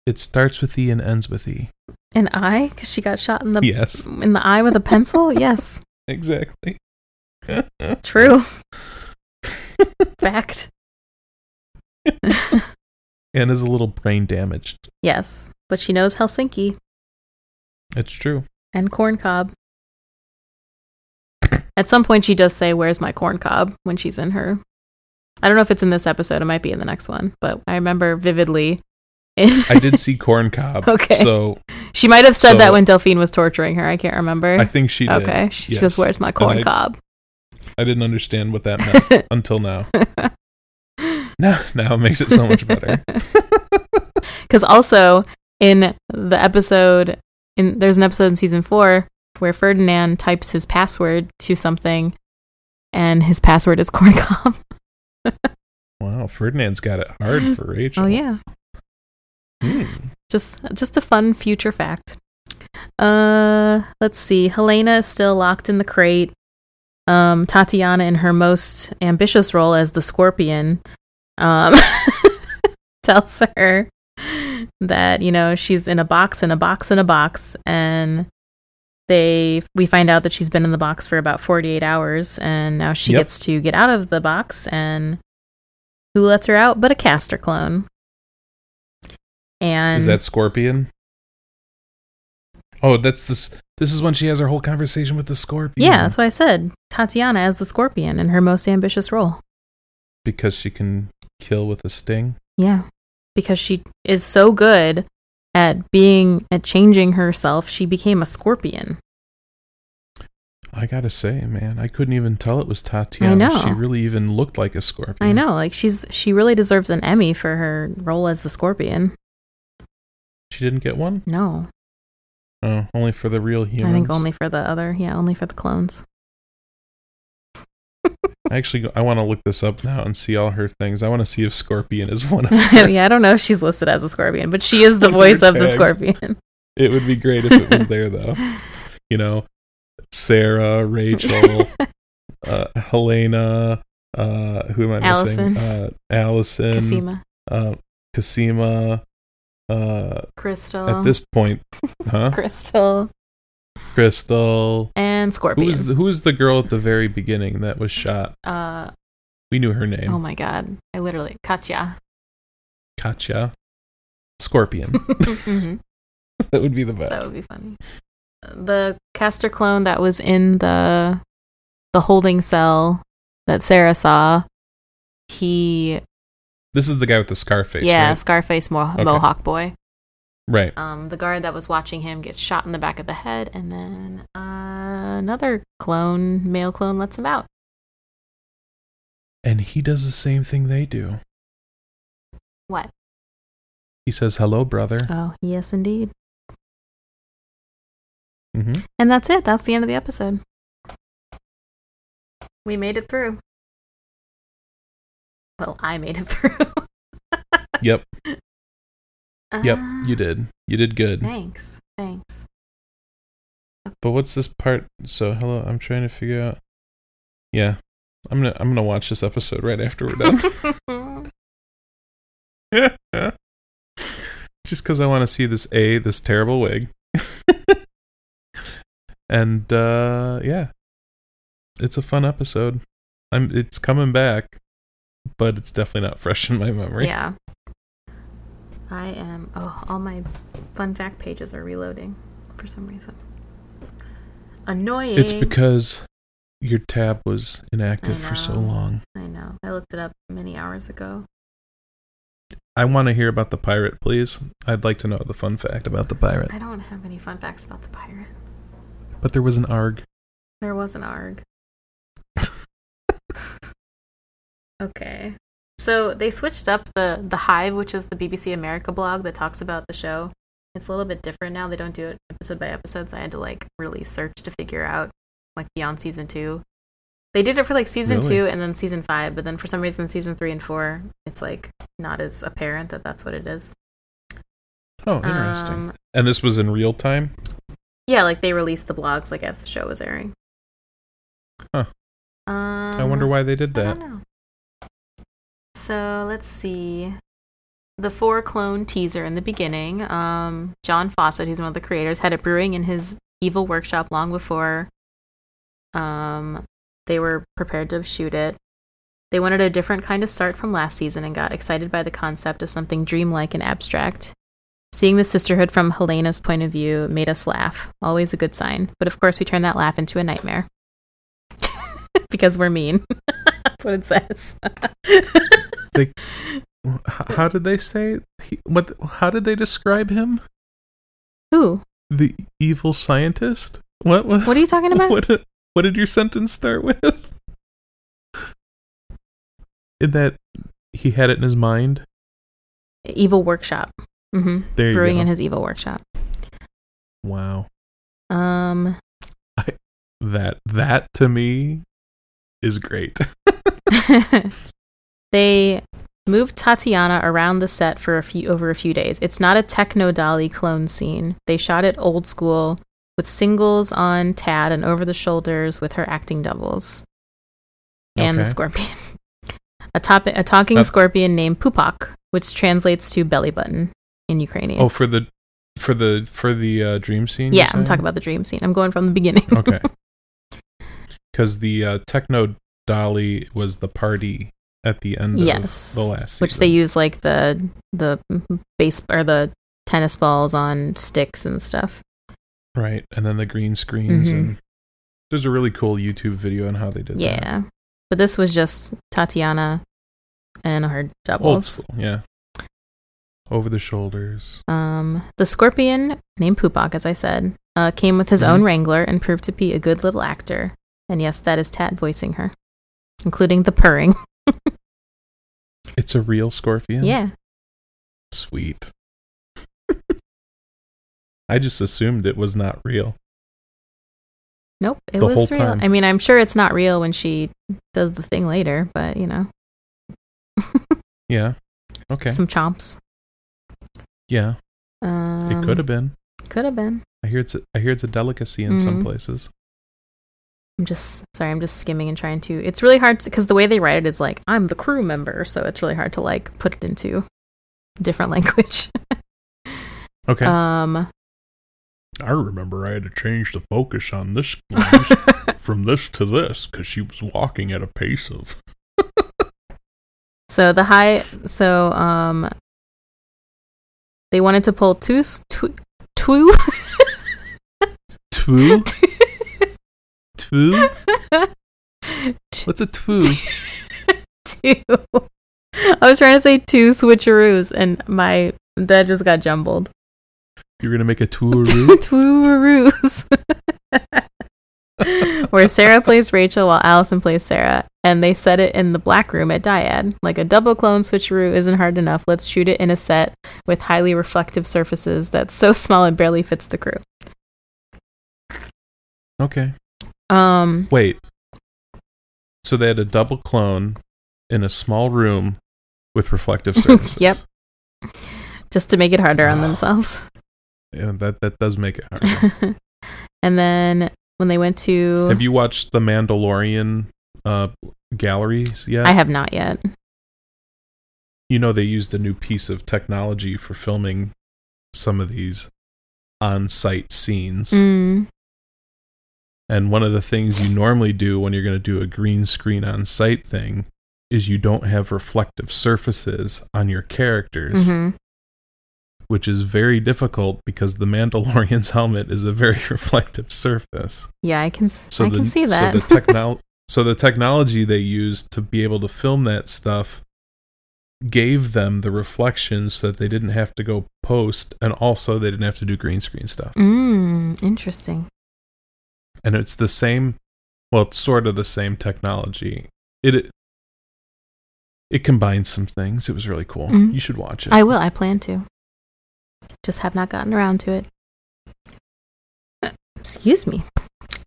Speaker 1: It starts with E and ends with E.
Speaker 2: An eye? Because she got shot in the
Speaker 1: Yes,
Speaker 2: in the eye with a pencil. yes,
Speaker 1: exactly.
Speaker 2: true. Fact.
Speaker 1: and is a little brain damaged.
Speaker 2: Yes, but she knows Helsinki
Speaker 1: It's true.
Speaker 2: and corn cob. At some point, she does say, "Where's my corn cob?" when she's in her. I don't know if it's in this episode. It might be in the next one, but I remember vividly. In
Speaker 1: I did see corn cob.
Speaker 2: Okay.
Speaker 1: So
Speaker 2: she might have said
Speaker 1: So-
Speaker 2: that when Delphine was torturing her. I can't remember.
Speaker 1: I think she did.
Speaker 2: okay, she
Speaker 1: Yes.
Speaker 2: says, "Where's my corn
Speaker 1: I-
Speaker 2: cob?"
Speaker 1: I didn't understand what that meant until now. Now, now it makes it so much better.
Speaker 2: Because also in the episode, in there's an episode in season four where Ferdinand types his password to something, and his password is corn cob.
Speaker 1: Wow, Ferdinand's got it hard for Rachel.
Speaker 2: Oh yeah,
Speaker 1: Hmm.
Speaker 2: just just a fun future fact. Uh, let's see. Helena is still locked in the crate. Um, Tatiana in her most ambitious role as the Scorpion, um, tells her that you know she's in a box in a box in a box, and they we find out that she's been in the box for about forty eight hours, and now she
Speaker 1: Yep.
Speaker 2: gets to get out of the box, and who lets her out but a caster clone? And
Speaker 1: Is that Scorpion? Oh, that's this. This is when she has her whole conversation with the Scorpion.
Speaker 2: Yeah, that's what I said. Tatiana as the scorpion in her most ambitious role.
Speaker 1: because she can kill with a sting.
Speaker 2: Yeah. Because she is so good at being at changing herself, she became a scorpion.
Speaker 1: I gotta say, man, I couldn't even tell it was Tatiana.
Speaker 2: I know.
Speaker 1: She really even looked like a scorpion.
Speaker 2: I know, like she's she really deserves an Emmy for her role as the scorpion.
Speaker 1: She didn't get one.
Speaker 2: No.
Speaker 1: Oh, only for the real humans.
Speaker 2: I think only for the other, yeah, only for the clones.
Speaker 1: Actually, I want to look this up now and see all her things. I want to see if Scorpion is one of them.
Speaker 2: yeah, I don't know if she's listed as a scorpion, but she is the
Speaker 1: Under
Speaker 2: voice of the
Speaker 1: tags.
Speaker 2: scorpion.
Speaker 1: it would be great if it was there, though. You know, Sarah, Rachel, uh, Helena, uh, who am I
Speaker 2: Allison.
Speaker 1: missing? Uh, Allison,
Speaker 2: Cosima.
Speaker 1: uh, Cosima. Uh,
Speaker 2: Crystal.
Speaker 1: at this point, huh?
Speaker 2: Crystal
Speaker 1: Crystal.
Speaker 2: and
Speaker 1: Who
Speaker 2: Scorpion.
Speaker 1: was the, who was the girl at the very beginning that was shot?
Speaker 2: uh
Speaker 1: We knew her name.
Speaker 2: oh my god. I literally Katya.
Speaker 1: Katya. Scorpion.
Speaker 2: Mhm.
Speaker 1: that would be the
Speaker 2: That
Speaker 1: best.
Speaker 2: would be funny. The caster clone that was in the the holding cell that Sarah saw, he
Speaker 1: This is the guy with the scar face.
Speaker 2: yeah,
Speaker 1: Right.
Speaker 2: Scarface mo-
Speaker 1: Okay.
Speaker 2: Mohawk boy.
Speaker 1: right.
Speaker 2: Um, the guard that was watching him gets shot in the back of the head, and then uh, another clone, male clone, lets him out.
Speaker 1: And he does the same thing they do.
Speaker 2: What?
Speaker 1: He says, "Hello, brother."
Speaker 2: Oh, yes, indeed.
Speaker 1: hmm
Speaker 2: And that's it. That's the end of the episode. We made it through. Well, I made it through.
Speaker 1: Yep. Yep.
Speaker 2: Ah.
Speaker 1: You did. You did good.
Speaker 2: Thanks. Thanks.
Speaker 1: But what's this part? So, hello. I'm trying to figure out. Yeah, I'm gonna I'm gonna watch this episode right after we're done. just because I want to see this a this terrible wig. and uh yeah, it's a fun episode. I'm it's coming back, but it's definitely not fresh in my memory.
Speaker 2: yeah. I am. Oh, all my fun fact pages are reloading for some reason. Annoying.
Speaker 1: It's because your tab was inactive
Speaker 2: I
Speaker 1: for so
Speaker 2: know.
Speaker 1: long.
Speaker 2: I know. I looked it up many hours ago.
Speaker 1: I want to hear about the pirate, please. I'd like to know the fun fact about the pirate.
Speaker 2: I don't have any fun facts about the pirate.
Speaker 1: But there was an arg.
Speaker 2: There was an ARG. okay. So they switched up the the Hive, which is the BBC America blog that talks about the show. It's a little bit different now. They don't do it episode by episode, so I had to like really search to figure out like beyond season two. They did it for like season
Speaker 1: Really?
Speaker 2: two and then season five, but then for some reason season three and four, it's like not as apparent that that's what it is.
Speaker 1: Oh, interesting.
Speaker 2: Um,
Speaker 1: and this was in real time.
Speaker 2: yeah, like they released the blogs like as the show was airing.
Speaker 1: Huh.
Speaker 2: Um,
Speaker 1: I wonder why they did
Speaker 2: uh-huh. I
Speaker 1: that.
Speaker 2: don't know. So let's see. The four clone teaser in the beginning. Um, John Fawcett, who's one of the creators, had it brewing in his evil workshop long before um, they were prepared to shoot it. They wanted a different kind of start from last season and got excited by the concept of something dreamlike and abstract. Seeing the sisterhood from Helena's point of view made us laugh. Always a good sign. But of course, we turned that laugh into a nightmare. because we're mean. That's what it says.
Speaker 1: they, how did they say he, what how did they describe him?
Speaker 2: Who?
Speaker 1: The evil scientist? What was
Speaker 2: What are you talking about?
Speaker 1: What, what did your sentence start with? that he had it in his mind.
Speaker 2: Evil workshop. Mhm.
Speaker 1: There
Speaker 2: Brewing
Speaker 1: you
Speaker 2: in
Speaker 1: go.
Speaker 2: his evil workshop.
Speaker 1: wow.
Speaker 2: Um
Speaker 1: That that to me is great.
Speaker 2: they moved Tatiana around the set for a few over a few days. It's not a techno dolly clone scene. They shot it old school with singles on Tad and over the shoulders with her acting doubles and the
Speaker 1: Okay.
Speaker 2: scorpion. A, top- a talking
Speaker 1: That's-
Speaker 2: scorpion named Pupak, which translates to belly button in Ukrainian.
Speaker 1: Oh, for the for the for the uh, dream scene.
Speaker 2: yeah, I'm talking about the dream scene. I'm going from the beginning.
Speaker 1: about. okay. Because the uh, techno dolly was the party at the end
Speaker 2: Yes,
Speaker 1: of the last season.
Speaker 2: which they use like the the base or the tennis balls on sticks and stuff.
Speaker 1: right, and then the green screens
Speaker 2: Mhm.
Speaker 1: and there's a really cool YouTube video on how they did that.
Speaker 2: Yeah. But this was just Tatiana and
Speaker 1: Oh,
Speaker 2: her
Speaker 1: old
Speaker 2: doubles.
Speaker 1: school. Yeah, over the shoulders.
Speaker 2: Um, the scorpion, named Poopak, as I said, uh, came with his
Speaker 1: Mhm.
Speaker 2: own wrangler and proved to be a good little actor. And yes, that is Tad voicing her, including the purring.
Speaker 1: It's a real scorpion.
Speaker 2: Yeah.
Speaker 1: Sweet. I just assumed it was not real.
Speaker 2: Nope. It
Speaker 1: The whole
Speaker 2: was real.
Speaker 1: time.
Speaker 2: I mean, I'm sure it's not real when she does the thing later, but you know,
Speaker 1: Yeah. Okay.
Speaker 2: some chomps.
Speaker 1: yeah.
Speaker 2: Um,
Speaker 1: it could have been.
Speaker 2: Could have been.
Speaker 1: I hear it's a, I hear it's a delicacy in
Speaker 2: Mhm.
Speaker 1: some places.
Speaker 2: I'm just sorry. I'm just skimming and trying to. It's really hard because the way they write it is like I'm the crew member, so it's really hard to like put it into different language.
Speaker 1: Okay.
Speaker 2: Um,
Speaker 1: I remember I had to change the focus on this from this to this because she was walking at a pace of.
Speaker 2: so the high. So um, they wanted to pull two s- two two
Speaker 1: Two? two? What's a two?
Speaker 2: two. I was trying to say two switcheroos, and my that just got jumbled.
Speaker 1: You're going to make a two
Speaker 2: Twooroos. Where Sarah plays Rachel while Allison plays Sarah, and they set it in the black room at Dyad. Like a double clone switcheroo isn't hard enough. Let's shoot it in a set with highly reflective surfaces that's so small it barely fits the crew.
Speaker 1: Okay.
Speaker 2: Um,
Speaker 1: Wait. So they had a double clone in a small room with reflective surfaces.
Speaker 2: Yep. just to make it harder on
Speaker 1: Wow.
Speaker 2: themselves.
Speaker 1: Yeah, that, that does make it hard.
Speaker 2: and then when they went to,
Speaker 1: Have you watched The Mandalorian uh, galleries yet?
Speaker 2: I have not yet.
Speaker 1: you know they used a new piece of technology for filming some of these on-site scenes
Speaker 2: Mm,
Speaker 1: and one of the things you normally do when you're going to do a green screen on-site thing is you don't have reflective surfaces on your characters
Speaker 2: mhm.
Speaker 1: which is very difficult because the mandalorian's helmet is a very reflective surface
Speaker 2: Yeah, I can. s
Speaker 1: so
Speaker 2: I
Speaker 1: the,
Speaker 2: can see that.
Speaker 1: So the, technol- so the technology they used to be able to film that stuff gave them the reflections so that they didn't have to go post and also they didn't have to do green screen stuff.
Speaker 2: mm, interesting.
Speaker 1: And it's the same well, it's sort of the same technology. It it, it combines some things. It was really cool.
Speaker 2: Mhm.
Speaker 1: You should watch it.
Speaker 2: I will. I plan to. Just have not gotten around to it. Excuse me.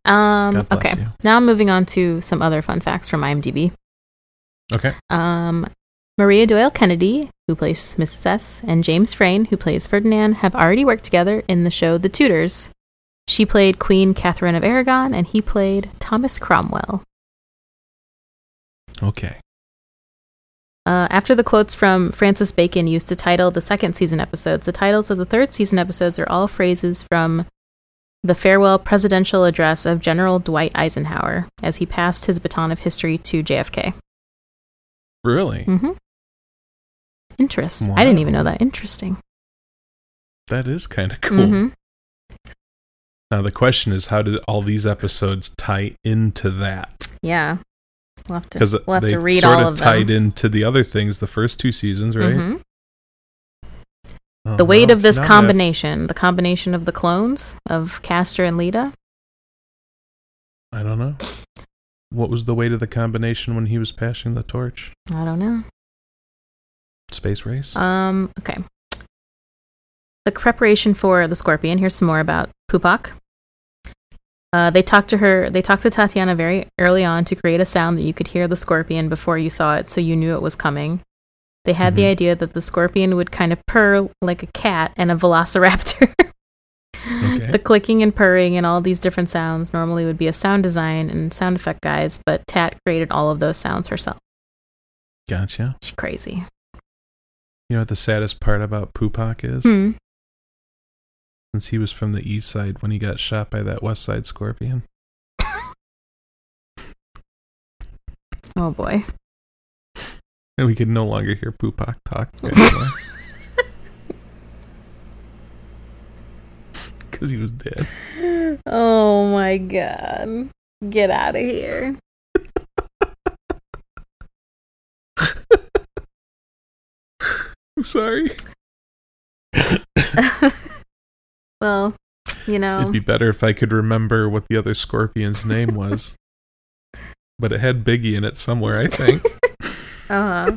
Speaker 2: Um,
Speaker 1: God bless
Speaker 2: okay.
Speaker 1: you.
Speaker 2: Now I'm moving on to some other fun facts from IMDb.
Speaker 1: Okay.
Speaker 2: Um, Maria Doyle Kennedy, who plays Mrs. S, and James Frain, who plays Ferdinand, have already worked together in the show The Tudors. She played Queen Catherine of Aragon, and he played Thomas Cromwell.
Speaker 1: Okay.
Speaker 2: Uh, after the quotes from Francis Bacon used to title the second season episodes, the titles of the third season episodes are all phrases from the farewell presidential address of General Dwight Eisenhower as he passed his baton of history to JFK.
Speaker 1: Really?
Speaker 2: Mm-hmm. Interest. I didn't even know that. Interesting.
Speaker 1: That is kind of cool.
Speaker 2: Mm-hmm.
Speaker 1: Now the question is, how did all these episodes tie into that?
Speaker 2: Yeah. We'll have to,
Speaker 1: Because
Speaker 2: we'll have
Speaker 1: they
Speaker 2: to read
Speaker 1: sort
Speaker 2: all
Speaker 1: of
Speaker 2: of
Speaker 1: tied
Speaker 2: them.
Speaker 1: into the other things the first two seasons, right?
Speaker 2: Mhm.
Speaker 1: Oh,
Speaker 2: The weight
Speaker 1: no,
Speaker 2: of
Speaker 1: so
Speaker 2: this
Speaker 1: now I have-
Speaker 2: combination, the combination of the clones of Castor and Lita,
Speaker 1: I don't know. What was the weight of the combination when he was passing the torch?
Speaker 2: I don't know.
Speaker 1: Space race?
Speaker 2: Um, okay. The preparation for the scorpion. Here's some more about Pupak. Uh, they talked to her. They talked to Tatiana very early on to create a sound that you could hear the scorpion before you saw it, so you knew it was coming. They had the
Speaker 1: Mhm.
Speaker 2: idea that the scorpion would kind of purr like a cat and a velociraptor.
Speaker 1: okay.
Speaker 2: The clicking and purring and all these different sounds normally would be a sound design and sound effect guys, but Tat created all of those sounds herself.
Speaker 1: gotcha.
Speaker 2: She's crazy.
Speaker 1: You know what the saddest part about Pupak is?
Speaker 2: Hmm.
Speaker 1: Since he was from the east side when he got shot by that west side scorpion.
Speaker 2: Oh boy.
Speaker 1: And we could no longer hear Pupak talk. Because he was dead.
Speaker 2: Oh my god. Get out of here.
Speaker 1: I'm sorry.
Speaker 2: well, you know,
Speaker 1: It'd be better if I could remember what the other scorpion's name was. but it had Biggie in it somewhere, I think.
Speaker 2: uh-huh.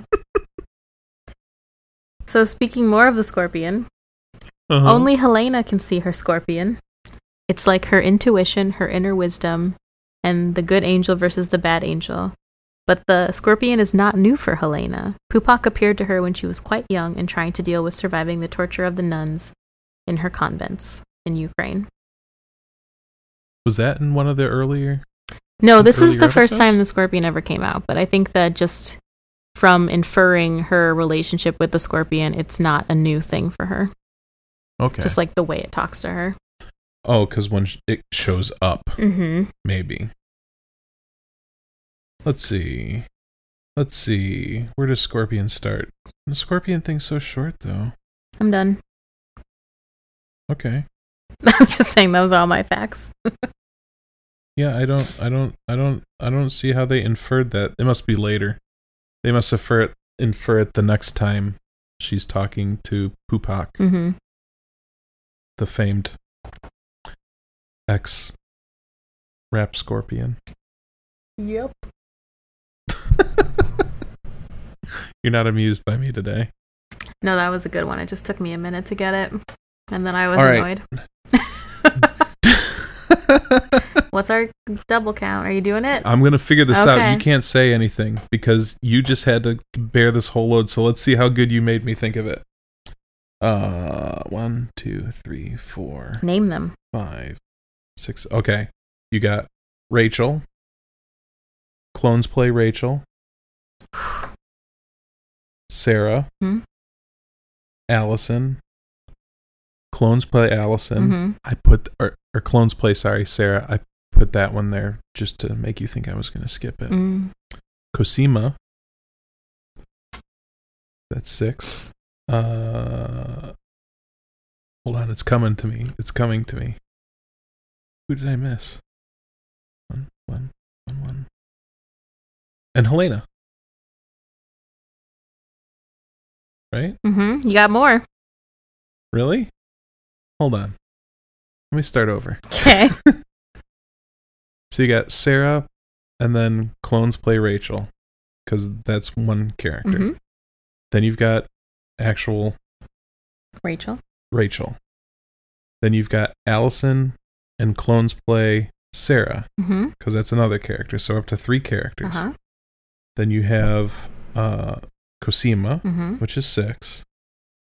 Speaker 2: So speaking more of the scorpion,
Speaker 1: Uh-huh.
Speaker 2: only Helena can see her scorpion. It's like her intuition, her inner wisdom, and the good angel versus the bad angel. But the scorpion is not new for Helena. Pupak appeared to her when she was quite young and trying to deal with surviving the torture of the nuns in her convents in Ukraine.
Speaker 1: was that in one of the earlier?
Speaker 2: No,
Speaker 1: in
Speaker 2: this is
Speaker 1: earlier
Speaker 2: the first
Speaker 1: episodes?
Speaker 2: time the scorpion ever came out, but I think that just from inferring her relationship with the scorpion, it's not a new thing for her.
Speaker 1: Okay.
Speaker 2: Just like the way it talks to her.
Speaker 1: oh, because when sh- it shows up,
Speaker 2: Mm-hmm.
Speaker 1: maybe. Let's see. Let's see. Where does Scorpion start? The Scorpion thing's so short, though.
Speaker 2: I'm done.
Speaker 1: Okay.
Speaker 2: I'm just saying those are all my facts.
Speaker 1: Yeah, I don't, I don't, I don't, I don't see how they inferred that. It must be later. They must infer it, infer it the next time she's talking to Pupak,
Speaker 2: Mm-hmm.
Speaker 1: the famed ex rap scorpion.
Speaker 2: Yep.
Speaker 1: You're not amused by me today.
Speaker 2: No, that was a good one. It just took me a minute to get it. And then I was
Speaker 1: All right.
Speaker 2: annoyed. What's our double count? Are you doing it?
Speaker 1: I'm gonna figure this out.
Speaker 2: Okay.
Speaker 1: You can't say anything because you just had to bear this whole load. So let's see how good you made me think of it. Uh, one, two, three, four,
Speaker 2: Name them.
Speaker 1: five, six. Okay, you got Rachel. Clones play Rachel. Sarah.
Speaker 2: Hmm?
Speaker 1: Allison. Clones play Allison.
Speaker 2: Mm-hmm.
Speaker 1: I put or, or clones play. Sorry, Sarah. I put that one there just to make you think I was going to skip it.
Speaker 2: Mm.
Speaker 1: Cosima. That's six. Uh, hold on, it's coming to me. It's coming to me. Who did I miss? One, one, one, one. And Helena. Right?
Speaker 2: Mm-hmm. You got more.
Speaker 1: Really? Hold on. Let me start over.
Speaker 2: Okay.
Speaker 1: So you got Sarah, and then clones play Rachel, because that's one character.
Speaker 2: hmm
Speaker 1: Then you've got actual
Speaker 2: Rachel.
Speaker 1: Rachel. Then you've got Allison and clones play Sarah,
Speaker 2: Mm-hmm.
Speaker 1: because that's another character. So up to three characters.
Speaker 2: Uh-huh.
Speaker 1: Then you have uh, Cosima,
Speaker 2: Mm-hmm.
Speaker 1: which is six.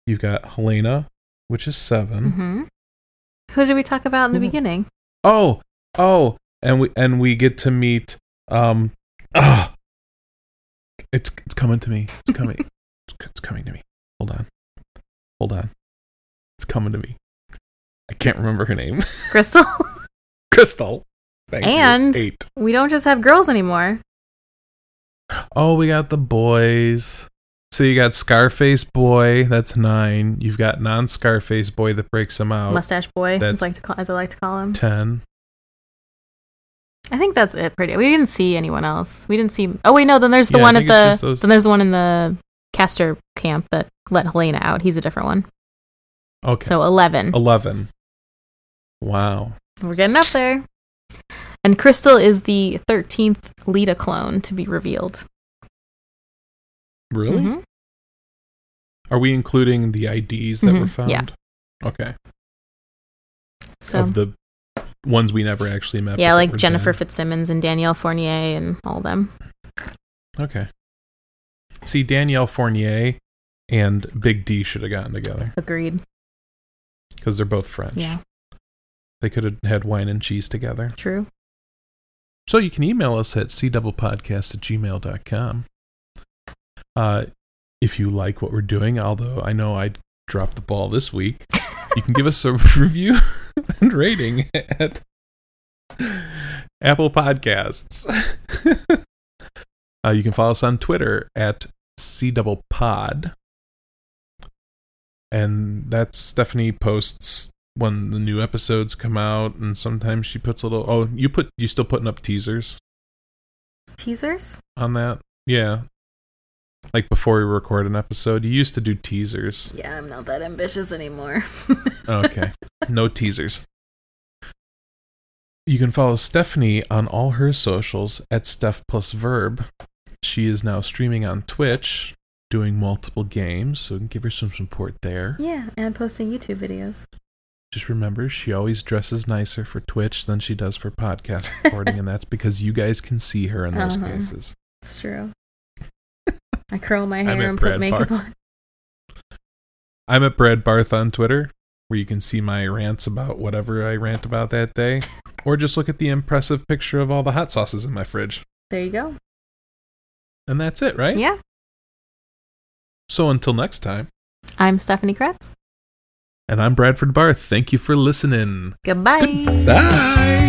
Speaker 1: You've got Helena, which is 7
Speaker 2: Mm-hmm. Who did we talk about in the
Speaker 1: Mhm.
Speaker 2: beginning?
Speaker 1: Oh, oh, and we and we get to meet um ah, It's it's coming to me. It's coming. it's, it's coming to me. Hold on. Hold on. It's coming to me. I can't remember her name.
Speaker 2: Crystal,
Speaker 1: Crystal. Thank you.
Speaker 2: And-
Speaker 1: eight.
Speaker 2: we don't just have girls anymore.
Speaker 1: Oh, we got the boys. So you got Scarface Boy, that's nine. You've got non Scarface Boy that breaks him out.
Speaker 2: Mustache boy,
Speaker 1: Oh, That's-
Speaker 2: as, like to call, as I like to call him.
Speaker 1: Ten.
Speaker 2: I think that's it. Pretty. We didn't see anyone else. We didn't see. Oh wait, no. Then there's the
Speaker 1: Yeah, I
Speaker 2: one at
Speaker 1: think it's just
Speaker 2: the.
Speaker 1: those-
Speaker 2: Then there's one in the caster camp that let Helena out. He's a different one.
Speaker 1: Okay.
Speaker 2: So eleven.
Speaker 1: Oh. Eleven. Wow.
Speaker 2: We're getting up there. And Crystal is the thirteenth Lita clone to be revealed.
Speaker 1: Really?
Speaker 2: Mhm.
Speaker 1: Are we including the IDs that were
Speaker 2: Mhm,
Speaker 1: found?
Speaker 2: yeah.
Speaker 1: Okay.
Speaker 2: So
Speaker 1: Of the ones we never actually met. but
Speaker 2: yeah,
Speaker 1: that
Speaker 2: like
Speaker 1: were
Speaker 2: Jennifer
Speaker 1: done.
Speaker 2: Fitzsimmons and Danielle Fournier and all them.
Speaker 1: Okay. See, Danielle Fournier and Big D should have gotten together
Speaker 2: Agreed.
Speaker 1: because they're both French.
Speaker 2: Yeah.
Speaker 1: They could have had wine and cheese together.
Speaker 2: True.
Speaker 1: So you can email us at cdoublepodcast at gmail.com. Uh, if you like what we're doing, although I know I dropped the ball this week, you can give us a review and rating at Apple Podcasts. uh, you can follow us on Twitter at cdoublepod. And that's Stephanie posts when the new episodes come out, and sometimes she puts a little. Oh, you put you still putting up teasers?
Speaker 2: Teasers.
Speaker 1: on that. Yeah. Like before we record an episode, you used to do teasers.
Speaker 2: Yeah, I'm not that ambitious anymore.
Speaker 1: Okay. no teasers. You can follow Stephanie on all her socials at Steph plus Verb. She is now streaming on Twitch, doing multiple games, so give her some support there.
Speaker 2: yeah, and posting YouTube videos.
Speaker 1: Just remember, she always dresses nicer for Twitch than she does for podcast recording, and that's because you guys can see her in those
Speaker 2: Uh-huh.
Speaker 1: cases.
Speaker 2: It's true. I curl my
Speaker 1: I'm at
Speaker 2: hair and put
Speaker 1: Brad
Speaker 2: makeup
Speaker 1: Park.
Speaker 2: on.
Speaker 1: I'm at Brad Barth on Twitter, where you can see my rants about whatever I rant about that day, or just look at the impressive picture of all the hot sauces in my fridge.
Speaker 2: There you go.
Speaker 1: And that's it, right?
Speaker 2: Yeah.
Speaker 1: So until next time,
Speaker 2: I'm Stephanie Kretz.
Speaker 1: and I'm Bradford Barth. Thank you for listening.
Speaker 2: Goodbye.
Speaker 1: Bye.